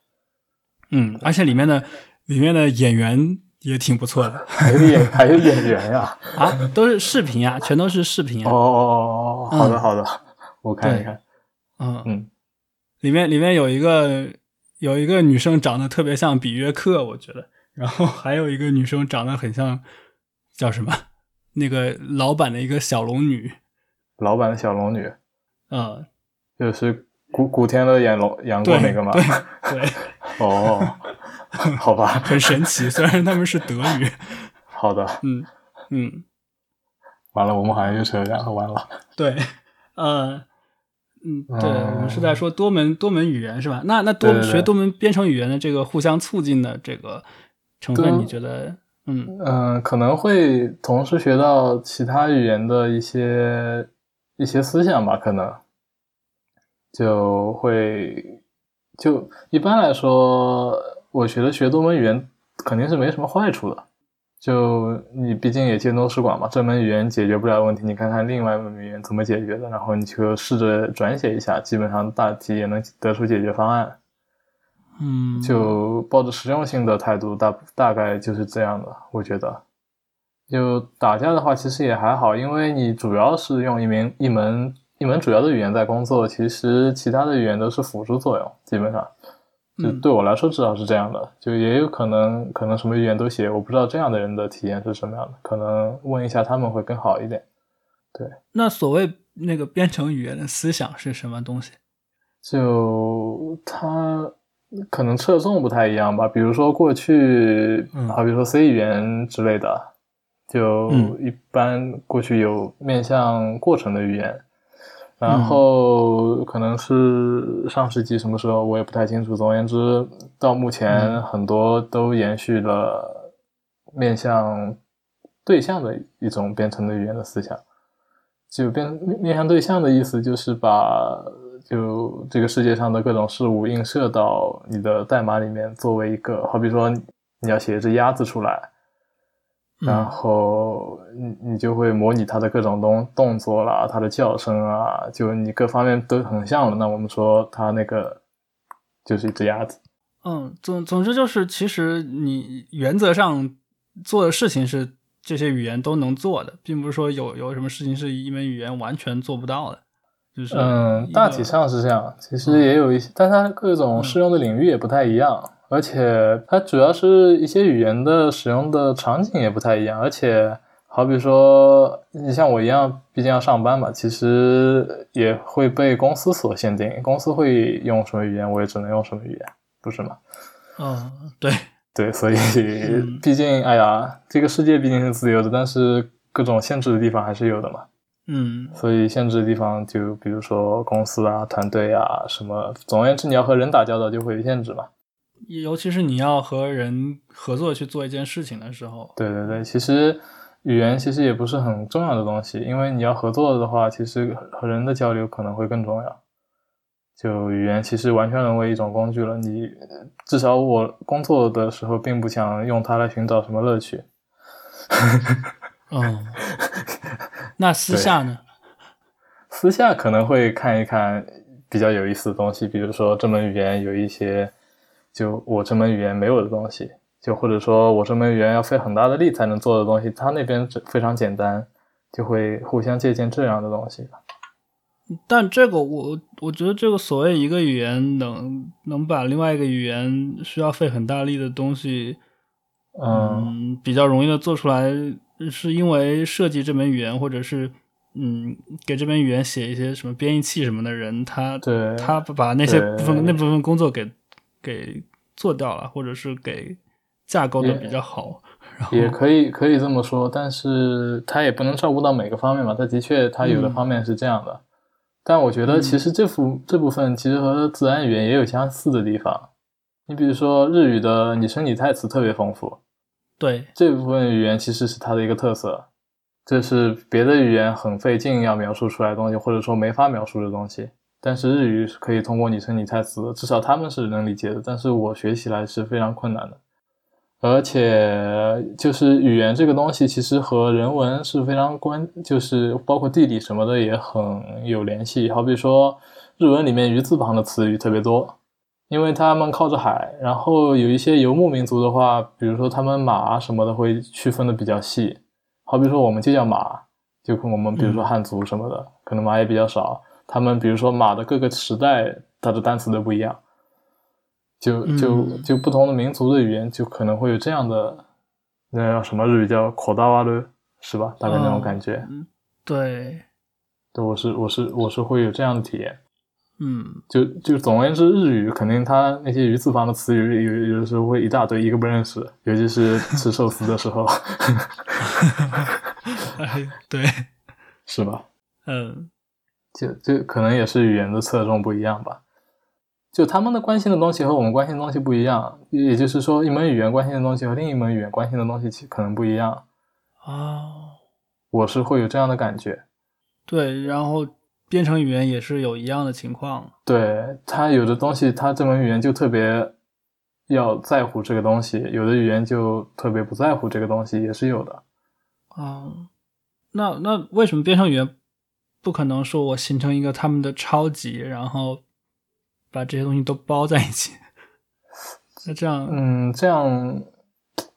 S2: 嗯，而且里面的里面的演员也挺不错的
S1: 还有演还有演员呀、
S2: *laughs* 啊，都是视频啊，全都是视频
S1: 哦
S2: 啊。
S1: 哦哦哦，好的
S2: 嗯
S1: 好的，我看一
S2: 对
S1: 看。
S2: 嗯
S1: 嗯，
S2: 里面里面有一个有一个女生长得特别像比约克，我觉得，然后还有一个女生长得很像叫什么那个老板的一个小龙女，
S1: 老版的小龙女
S2: 呃，
S1: 就是古古天乐演龙杨过
S2: 对
S1: 那个吗？
S2: 对对，
S1: 哦， *laughs* 好吧，
S2: 很神奇，虽然他们是德语，
S1: 好的，
S2: 嗯嗯，
S1: 完了，我们好像又扯远了，完了。
S2: 对，呃。嗯，对，
S1: 嗯
S2: 我们是在说多门多门语言是吧？那那多
S1: 对对对
S2: 学多门编程语言的这个互相促进的这个成
S1: 对
S2: 分，你觉得？嗯
S1: 嗯，可能会同时学到其他语言的一些一些思想吧，可能就会就一般来说，我觉得学多门语言肯定是没什么坏处的。就你毕竟也见多识广嘛，这门语言解决不了问题，你看看另外一门语言怎么解决的，然后你就试着转写一下，基本上大体也能得出解决方案。
S2: 嗯，
S1: 就抱着实用性的态度，大大概就是这样的，我觉得。就打架的话，其实也还好，因为你主要是用一门一门一门主要的语言在工作，其实其他的语言都是辅助作用，基本上。就
S2: 嗯
S1: 对我来说至少是这样的，就也有可能可能什么语言都写，我不知道这样的人的体验是什么样的，可能问一下他们会更好一点。
S2: 那所谓那个编程语言的思想是什么东西？
S1: 就它可能侧重不太一样吧。比如说过去，
S2: 嗯
S1: 好比说 C 语言之类的，就
S2: 嗯
S1: 一般过去有面向过程的语言。然后可能是上世纪什么时候，我也不太清楚。总而言之，到目前
S2: 嗯
S1: 很多都延续了面向对象的一种编程的语言的思想。就变面面向对象的意思，就是把就这个世界上的各种事物映射到你的代码里面，作为一个，好比说你你要写一只鸭子出来，然
S2: 嗯
S1: 后你你就会模拟它的各种动动作啦，它的叫声啊，就你各方面都很像了。那我们说它那个就是一只鸭子，
S2: 嗯，总总之就是，其实你原则上做的事情是这些语言都能做的，并不是说有有什么事情是一门语言完全做不到的，就是
S1: 嗯
S2: 一，个嗯
S1: 大体上是这样。其实也有一些，但它各种适用的领域也不太一样，而且它主要是一些语言的使用的场景也不太一样。而且，好比说，你像我一样，毕竟要上班嘛，其实也会被公司所限定，公司会用什么语言，我也只能用什么语言，不是吗？
S2: 嗯，对，
S1: 对，所以
S2: 嗯
S1: *laughs* 毕竟，哎呀，这个世界毕竟是自由的，但是各种限制的地方还是有的嘛。
S2: 嗯
S1: 所以限制的地方就比如说公司啊、团队啊什么，总而言之，你要和人打交道就会有限制嘛。
S2: 尤其是你要和人合作去做一件事情的时候，
S1: 对对对，其实语言其实也不是很重要的东西，因为你要合作的话，其实和和人的交流可能会更重要。就语言其实完全沦为一种工具了，你呃至少我工作的时候并不想用它来寻找什么乐趣。 *laughs*
S2: 嗯，那私下呢？
S1: 私下可能会看一看比较有意思的东西，比如说这门语言有一些就我这门语言没有的东西，就或者说我这门语言要费很大的力才能做的东西，它那边只非常简单，就会互相借鉴这样的东西吧。
S2: 但这个我我觉得这个所谓一个语言能能把另外一个语言需要费很大力的东西，
S1: 嗯，
S2: 嗯，比较容易的做出来，是因为设计这门语言或者是嗯给这门语言写一些什么编译器什么的人，他
S1: 对，
S2: 他把那些
S1: 对
S2: 部分那部分工作给给做掉了，或者是给架构的
S1: 也
S2: 比较好，然后
S1: 也可以可以这么说，但是它也不能照顾到每个方面嘛。它的确，它有的
S2: 嗯
S1: 方面是这样的，但我觉得其
S2: 嗯
S1: 实这幅、这部分其实和自然语言也有相似的地方。你比如说日语的拟声拟态词特别丰富，
S2: 对
S1: 这部分语言其实是它的一个特色。这是别的语言很费劲要描述出来的东西，或者说没法描述的东西。但是日语是可以通过拟声拟态词的，至少他们是能理解的，但是我学起来是非常困难的。而且就是语言这个东西，其实和人文是非常关，就是包括地理什么的也很有联系。好比说，日文里面鱼字旁的词语特别多，因为他们靠着海，然后有一些游牧民族的话，比如说他们马啊什么的会区分的比较细。好比说我们就叫马，就跟我们比如说汉族什么的，可能马也比较少。他们比如说马的各个时代，它的单词都不一样。就就
S2: 嗯
S1: 就不同的民族的语言，就可能会有这样的，那叫什么日语叫口大哇的，是吧？大概那种感觉。
S2: 对，
S1: 对，我是我是我是会有这样的体验。
S2: 嗯， *laughs*
S1: 就就总而言之，日语肯定它那些鱼字旁的词语有有的时候会一大堆，一个不认识，尤其是吃寿司的时候， *laughs*
S2: 哎，对，
S1: 是吧？
S2: 嗯
S1: 就就可能也是语言的侧重不一样吧。就他们的关心的东西和我们关心的东西不一样，也就是说，一门语言关心的东西和另一门语言关心的东西其可能不一样。
S2: 哦，
S1: 我是会有这样的感觉。
S2: 对，然后编程语言也是有一样的情况，
S1: 对他有的东西，他这门语言就特别要在乎这个东西，有的语言就特别不在乎这个东西，也是有的。
S2: 哦，那那为什么编程语言不可能说我形成一个他们的超级，然后把这些东西都包在一起？ *laughs* 那这样，
S1: 嗯，这样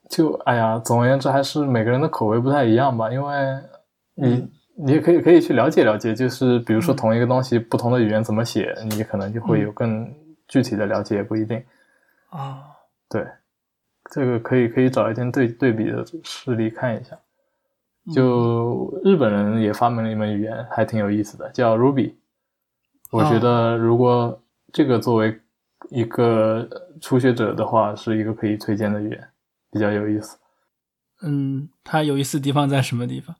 S1: 就哎呀，总而言之，还是每个人的口味不太一样吧。因为你、你也可以可以去了解了解，就是比如说
S2: 嗯
S1: 同一个东西，不同的语言怎么写，你可能就会有更具体的了解，也不一定。
S2: 啊、
S1: 对，这个可以可以找一点对对比的事例看一下。
S2: 嗯
S1: 就日本人也发明了一门语言，还挺有意思的，叫 Ruby。我觉得如果这个作为一个初学者的话，是一个可以推荐的语言，比较有意思。
S2: 嗯，它有意思的地方在什么地方？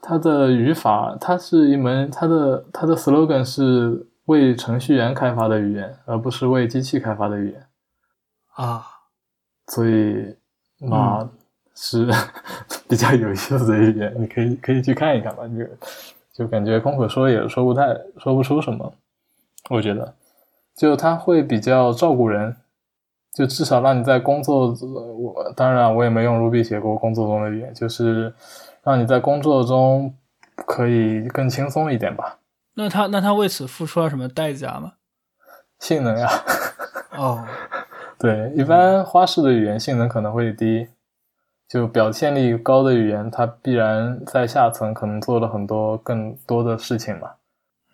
S1: 它的语法，它是一门，它的它的 slogan 是为程序员开发的语言，而不是为机器开发的语言。
S2: 啊，
S1: 所以嘛、是 *laughs* 比较有意思的一点，你可以可以去看一看吧。就就感觉空口说也说不太说不出什么，我觉得，就他会比较照顾人，就至少让你在工作，呃我当然我也没用 Ruby 写过工作中的语言，就是让你在工作中可以更轻松一点吧。
S2: 那他那他为此付出了什么代价吗？
S1: 性能啊呀，
S2: 哦，
S1: 对，一般花式的语言性能可能会低，就表现力高的语言，它必然在下层可能做了很多更多的事情嘛，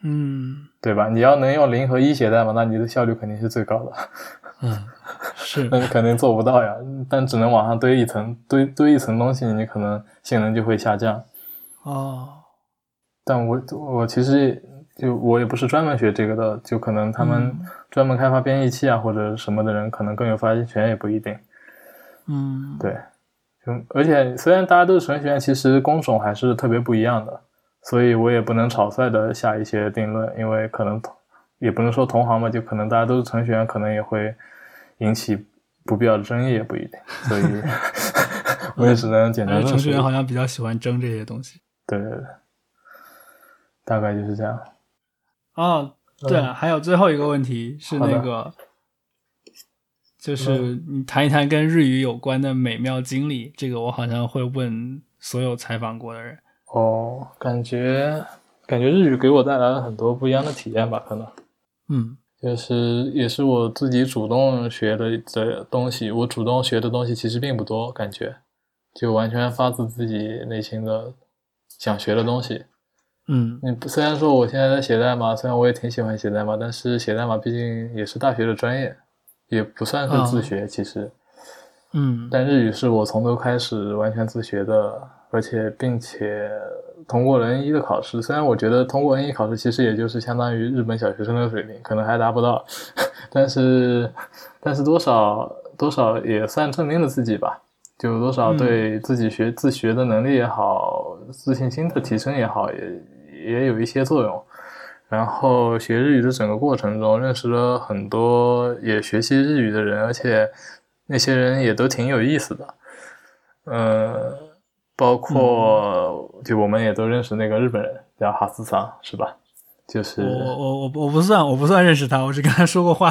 S2: 嗯
S1: 对吧？你要能用零和一写代码，那你的效率肯定是最高的， *laughs*
S2: 嗯，是
S1: 那你肯定做不到呀。但只能往上堆一层，堆堆一层东西，你可能性能就会下降。
S2: 哦，
S1: 但我我其实就我也不是专门学这个的，就可能他们
S2: 嗯
S1: 专门开发编译器啊或者什么的人，可能更有发言权也不一定。
S2: 嗯，
S1: 对，就而且虽然大家都是程序员，其实工种还是特别不一样的，所以我也不能草率的下一些定论，因为可能同也不能说同行吧，就可能大家都是程序员，可能也会引起不必要的争议，也不一定，所
S2: *laughs*
S1: 以我也只能简单
S2: 而
S1: 论述。
S2: 且哎程序员好像比较喜欢争这些东西。
S1: 对对对，大概就是这样。
S2: 哦，对了，还有最后一个问题是
S1: 好的
S2: 那个，就是你谈一谈跟日语有关的美妙经历。这个我好像会问所有采访过的人。
S1: 哦，感觉感觉日语给我带来了很多不一样的体验吧，可能。
S2: 嗯
S1: 就是也是我自己主动学的的东西，我主动学的东西其实并不多，感觉就完全发自自己内心的想学的东西。
S2: 嗯
S1: 嗯，虽然说我现在在写代码，虽然我也挺喜欢写代码，但是写代码毕竟也是大学的专业，也不算是自学。其实，
S2: 嗯
S1: 但日语是我从头开始完全自学的，而且并且通过了 N 一的考试。虽然我觉得通过 N 一考试其实也就是相当于日本小学生的水平，可能还达不到，但是但是多少多少也算证明了自己吧。就多少
S2: 嗯
S1: 对自己学、自学的能力也好，自信心的提升也好，也也有一些作用。然后学日语的整个过程中，认识了很多也学习日语的人，而且那些人也都挺有意思的。呃，包括就我们也都认识那个日本人叫哈斯桑，是吧？就是
S2: 我我我我我不算我不算认识他，我只跟他说过话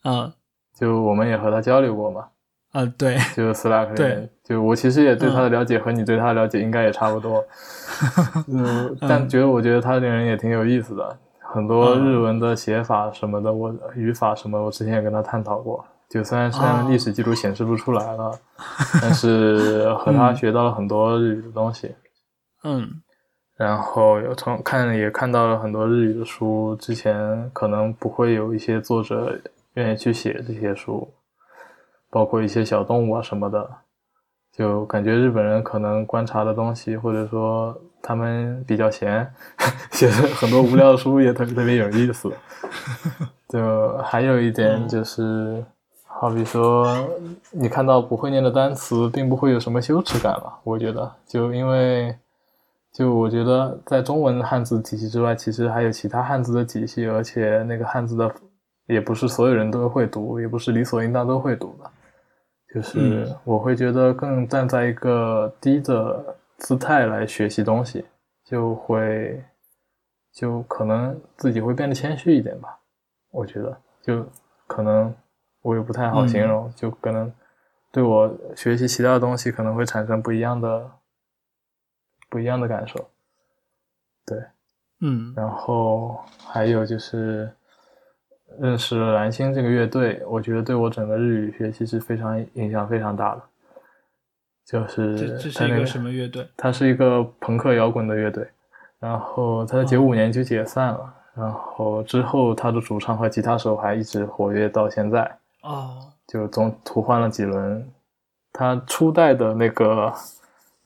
S2: 啊
S1: 就我们也和他交流过嘛，
S2: 啊对，
S1: 就 Slack 里
S2: 对嗯
S1: 面，就我其实也对他的了解和你对他的了解应该也差不
S2: *laughs*
S1: 多，嗯，但觉得我觉得他这人也挺有意思的，很多
S2: 嗯
S1: 日文的写法什么的，我语法什么，我之前也跟他探讨过。就虽然虽
S2: 哦
S1: 然历史记录显示不出来了，但是和他学到了很多日语的东西，
S2: 嗯
S1: 然后有从看也看到了很多日语的书，之前可能不会有一些作者愿意去写这些书，包括一些小动物啊什么的，就感觉日本人可能观察的东西，或者说他们比较闲， *laughs* 写的很多无聊的书也特别特别有意思。就还有一点就是，好比说你看到不会念的单词，并不会有什么羞耻感吧？我觉得，就因为。就我觉得，在中文汉字体系之外，其实还有其他汉字的体系，而且那个汉字的也不是所有人都会读，也不是理所应当都会读的。就是
S2: 嗯
S1: 我会觉得更站在一个低的姿态来学习东西，就会就可能自己会变得谦虚一点吧。我觉得就可能我也不太好
S2: 嗯
S1: 形容，就可能对我学习其他的东西可能会产生不一样的不一样的感受。
S2: 嗯
S1: 然后还有就是认识了蓝星这个乐队，我觉得对我整个日语学习是非常影响非常大的。就是
S2: 这这
S1: 它
S2: 是一
S1: 那
S2: 呃个什么乐队？
S1: 它是一个朋克摇滚的乐队，然后它在九五年就解散了，然后之后它的主唱和吉他手还一直活跃到现在。
S2: 哦
S1: 就总途换了几轮。他初代的那个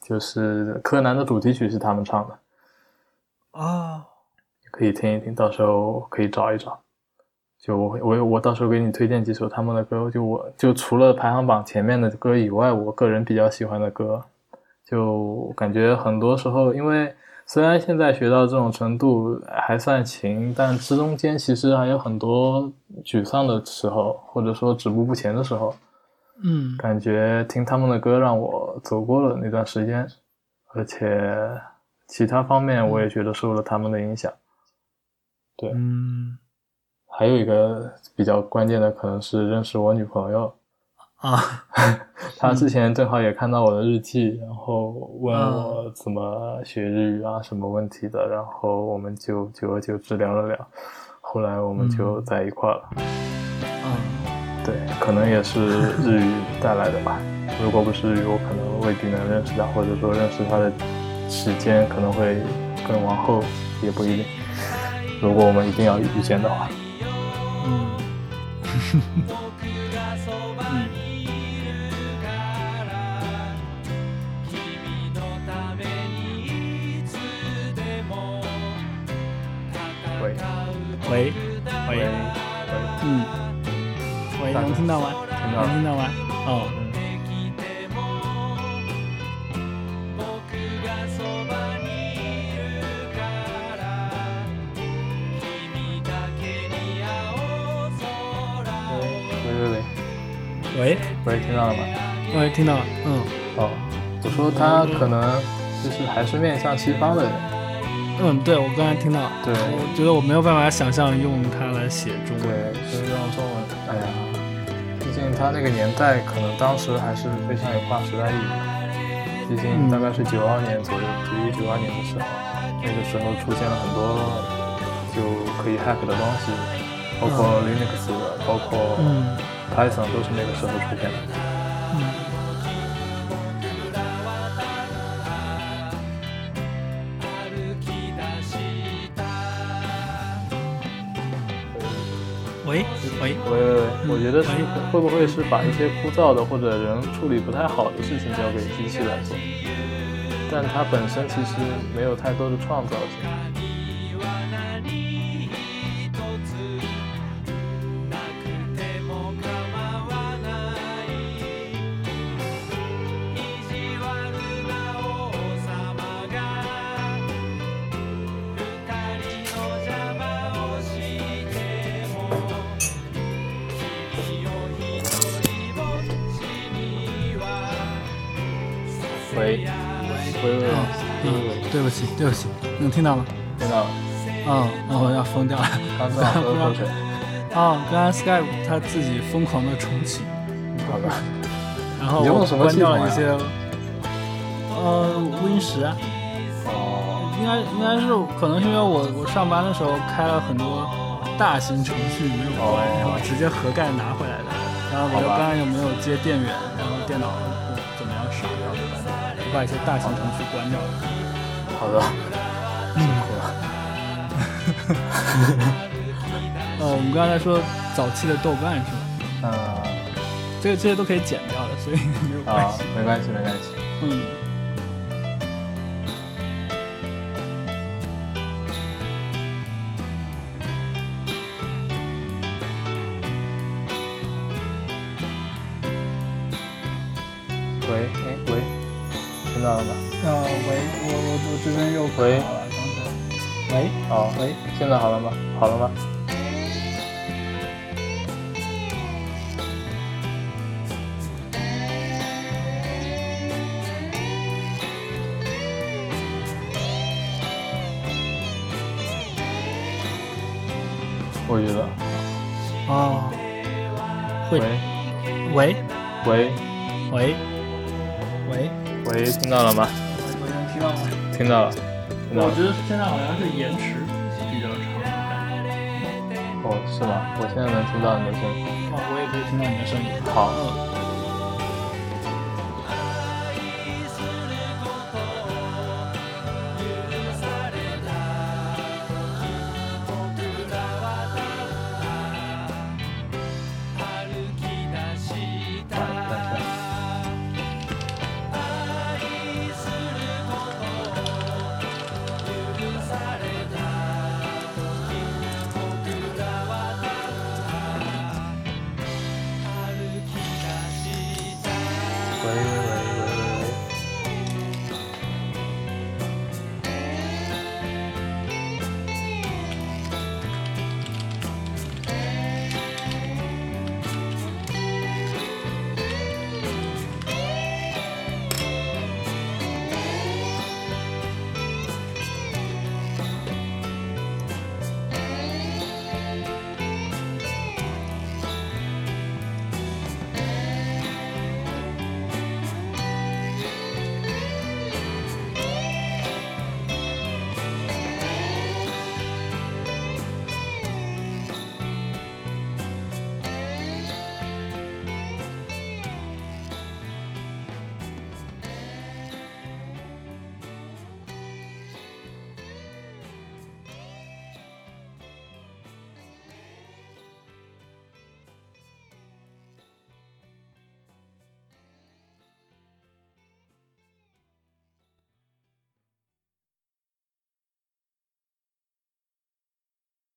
S1: 就是柯南的主题曲是他们唱的，
S2: 哦
S1: 可以听一听，到时候可以找一找。就我会我我到时候给你推荐几首他们的歌，就我就除了排行榜前面的歌以外，我个人比较喜欢的歌，就感觉很多时候，因为虽然现在学到这种程度还算行，但之中间其实还有很多沮丧的时候，或者说止步不前的时候。
S2: 嗯
S1: 感觉听他们的歌让我走过了那段时间，而且其他方面我也觉得受了他们的影响。
S2: 嗯
S1: 还有一个比较关键的，可能是认识我女朋友，
S2: 啊
S1: 她之前正好也看到我的日记，然后问我怎么学日语啊，什么问题的，然后我们就久而久之聊了聊，后来我们就
S2: 嗯
S1: 在一块了。
S2: 啊
S1: 对，可能也是日语带来的吧。如果不是日语，我可能未必能认识他，或者说认识他的时间可能会更往后，也不一定。如果我们一定要遇见的话，
S2: 嗯嗯。
S3: 君のためにいつでも
S1: 喂，
S2: 喂，
S1: 喂，喂
S2: 喂，嗯，喂，
S1: 大
S2: 能
S1: 哥
S2: 听到吗？
S1: 听到
S2: 能听
S1: 了，
S2: 到吗？哦，
S1: 嗯，
S3: 僕がそばにいるから君だけに青空を
S1: 喂喂喂
S2: 喂，
S1: 喂，听到了吗？
S2: 喂，听到了，嗯
S1: 哦，我说他可能就是还是面向西方的人，
S2: 嗯，对我刚才听到了，
S1: 对
S2: 我觉得我没有办法想象用它来写中
S1: 对
S2: 文，，
S1: 所以用中文，哎呀，毕竟他那个年代，可能当时还是非常有跨时代意义的。毕竟大概是九二年左右，九一九二年啊的时候，那个时候出现了很多就可以 hack 的东西，包括 Linux，、包括
S2: 嗯
S1: Python 都是那个时候出现的。
S2: 嗯
S3: 歩き出した
S2: 喂喂，
S1: 喂喂喂，我觉得是会不会是把一些枯燥的或者人处理不太好的事情交给机器来做，但它本身其实没有太多的创造性。
S3: 鍵は何一つなくても構わない意地悪な王様が二人の邪魔をしても君を一人ぼっちには
S1: 喂
S3: させやし
S1: 喂喂，
S2: 嗯嗯，对不起，对不起，能听到吗？
S1: 听到了，
S2: 嗯，哦，我要疯掉了。
S1: 刚才喝口水，
S2: 哦，刚才 Skype 它自己疯狂的重启，
S1: 好吧，
S2: 然后
S1: 你用
S2: 我
S1: 什么
S2: 关
S1: 系统
S2: 掉
S1: 啊
S2: 了一些，呃，Win 十啊，
S1: 哦，
S2: 应该应该是可能是因为我我上班的时候开了很多大型程序没有关，
S1: 哦
S2: 然后直接盒盖拿回来的，然后我又
S1: 好吧
S2: 刚刚又没有接电源，然后电脑不怎么样使，然后就把就把一些大型程序关掉了。
S1: 好的，辛苦了，
S2: 呃，我们刚才说早期的豆瓣是吧？
S1: 嗯
S2: 这这些都可以剪掉的，所以没有关
S1: 啊
S2: 系。，
S1: 没关系没关系，
S2: 嗯。
S1: 喂哎喂，听到了吗？
S2: 呃，喂，我我我这边又卡
S1: 喂
S2: 了，刚才。喂
S1: 哦，
S2: 喂，
S1: 现在好了吗？好了吗？我觉得，
S2: 哦，会
S1: 喂
S2: 喂
S1: 喂
S2: 喂喂，
S1: 喂，听到了吗？
S2: 我能听到吗？
S1: 听到了，听到了。
S2: 得现在好像是延迟比较长。
S1: 哦，是吗？我现在能听到你的声音。
S2: 哦，我也可以听到你的声音。
S1: 好，
S2: 嗯，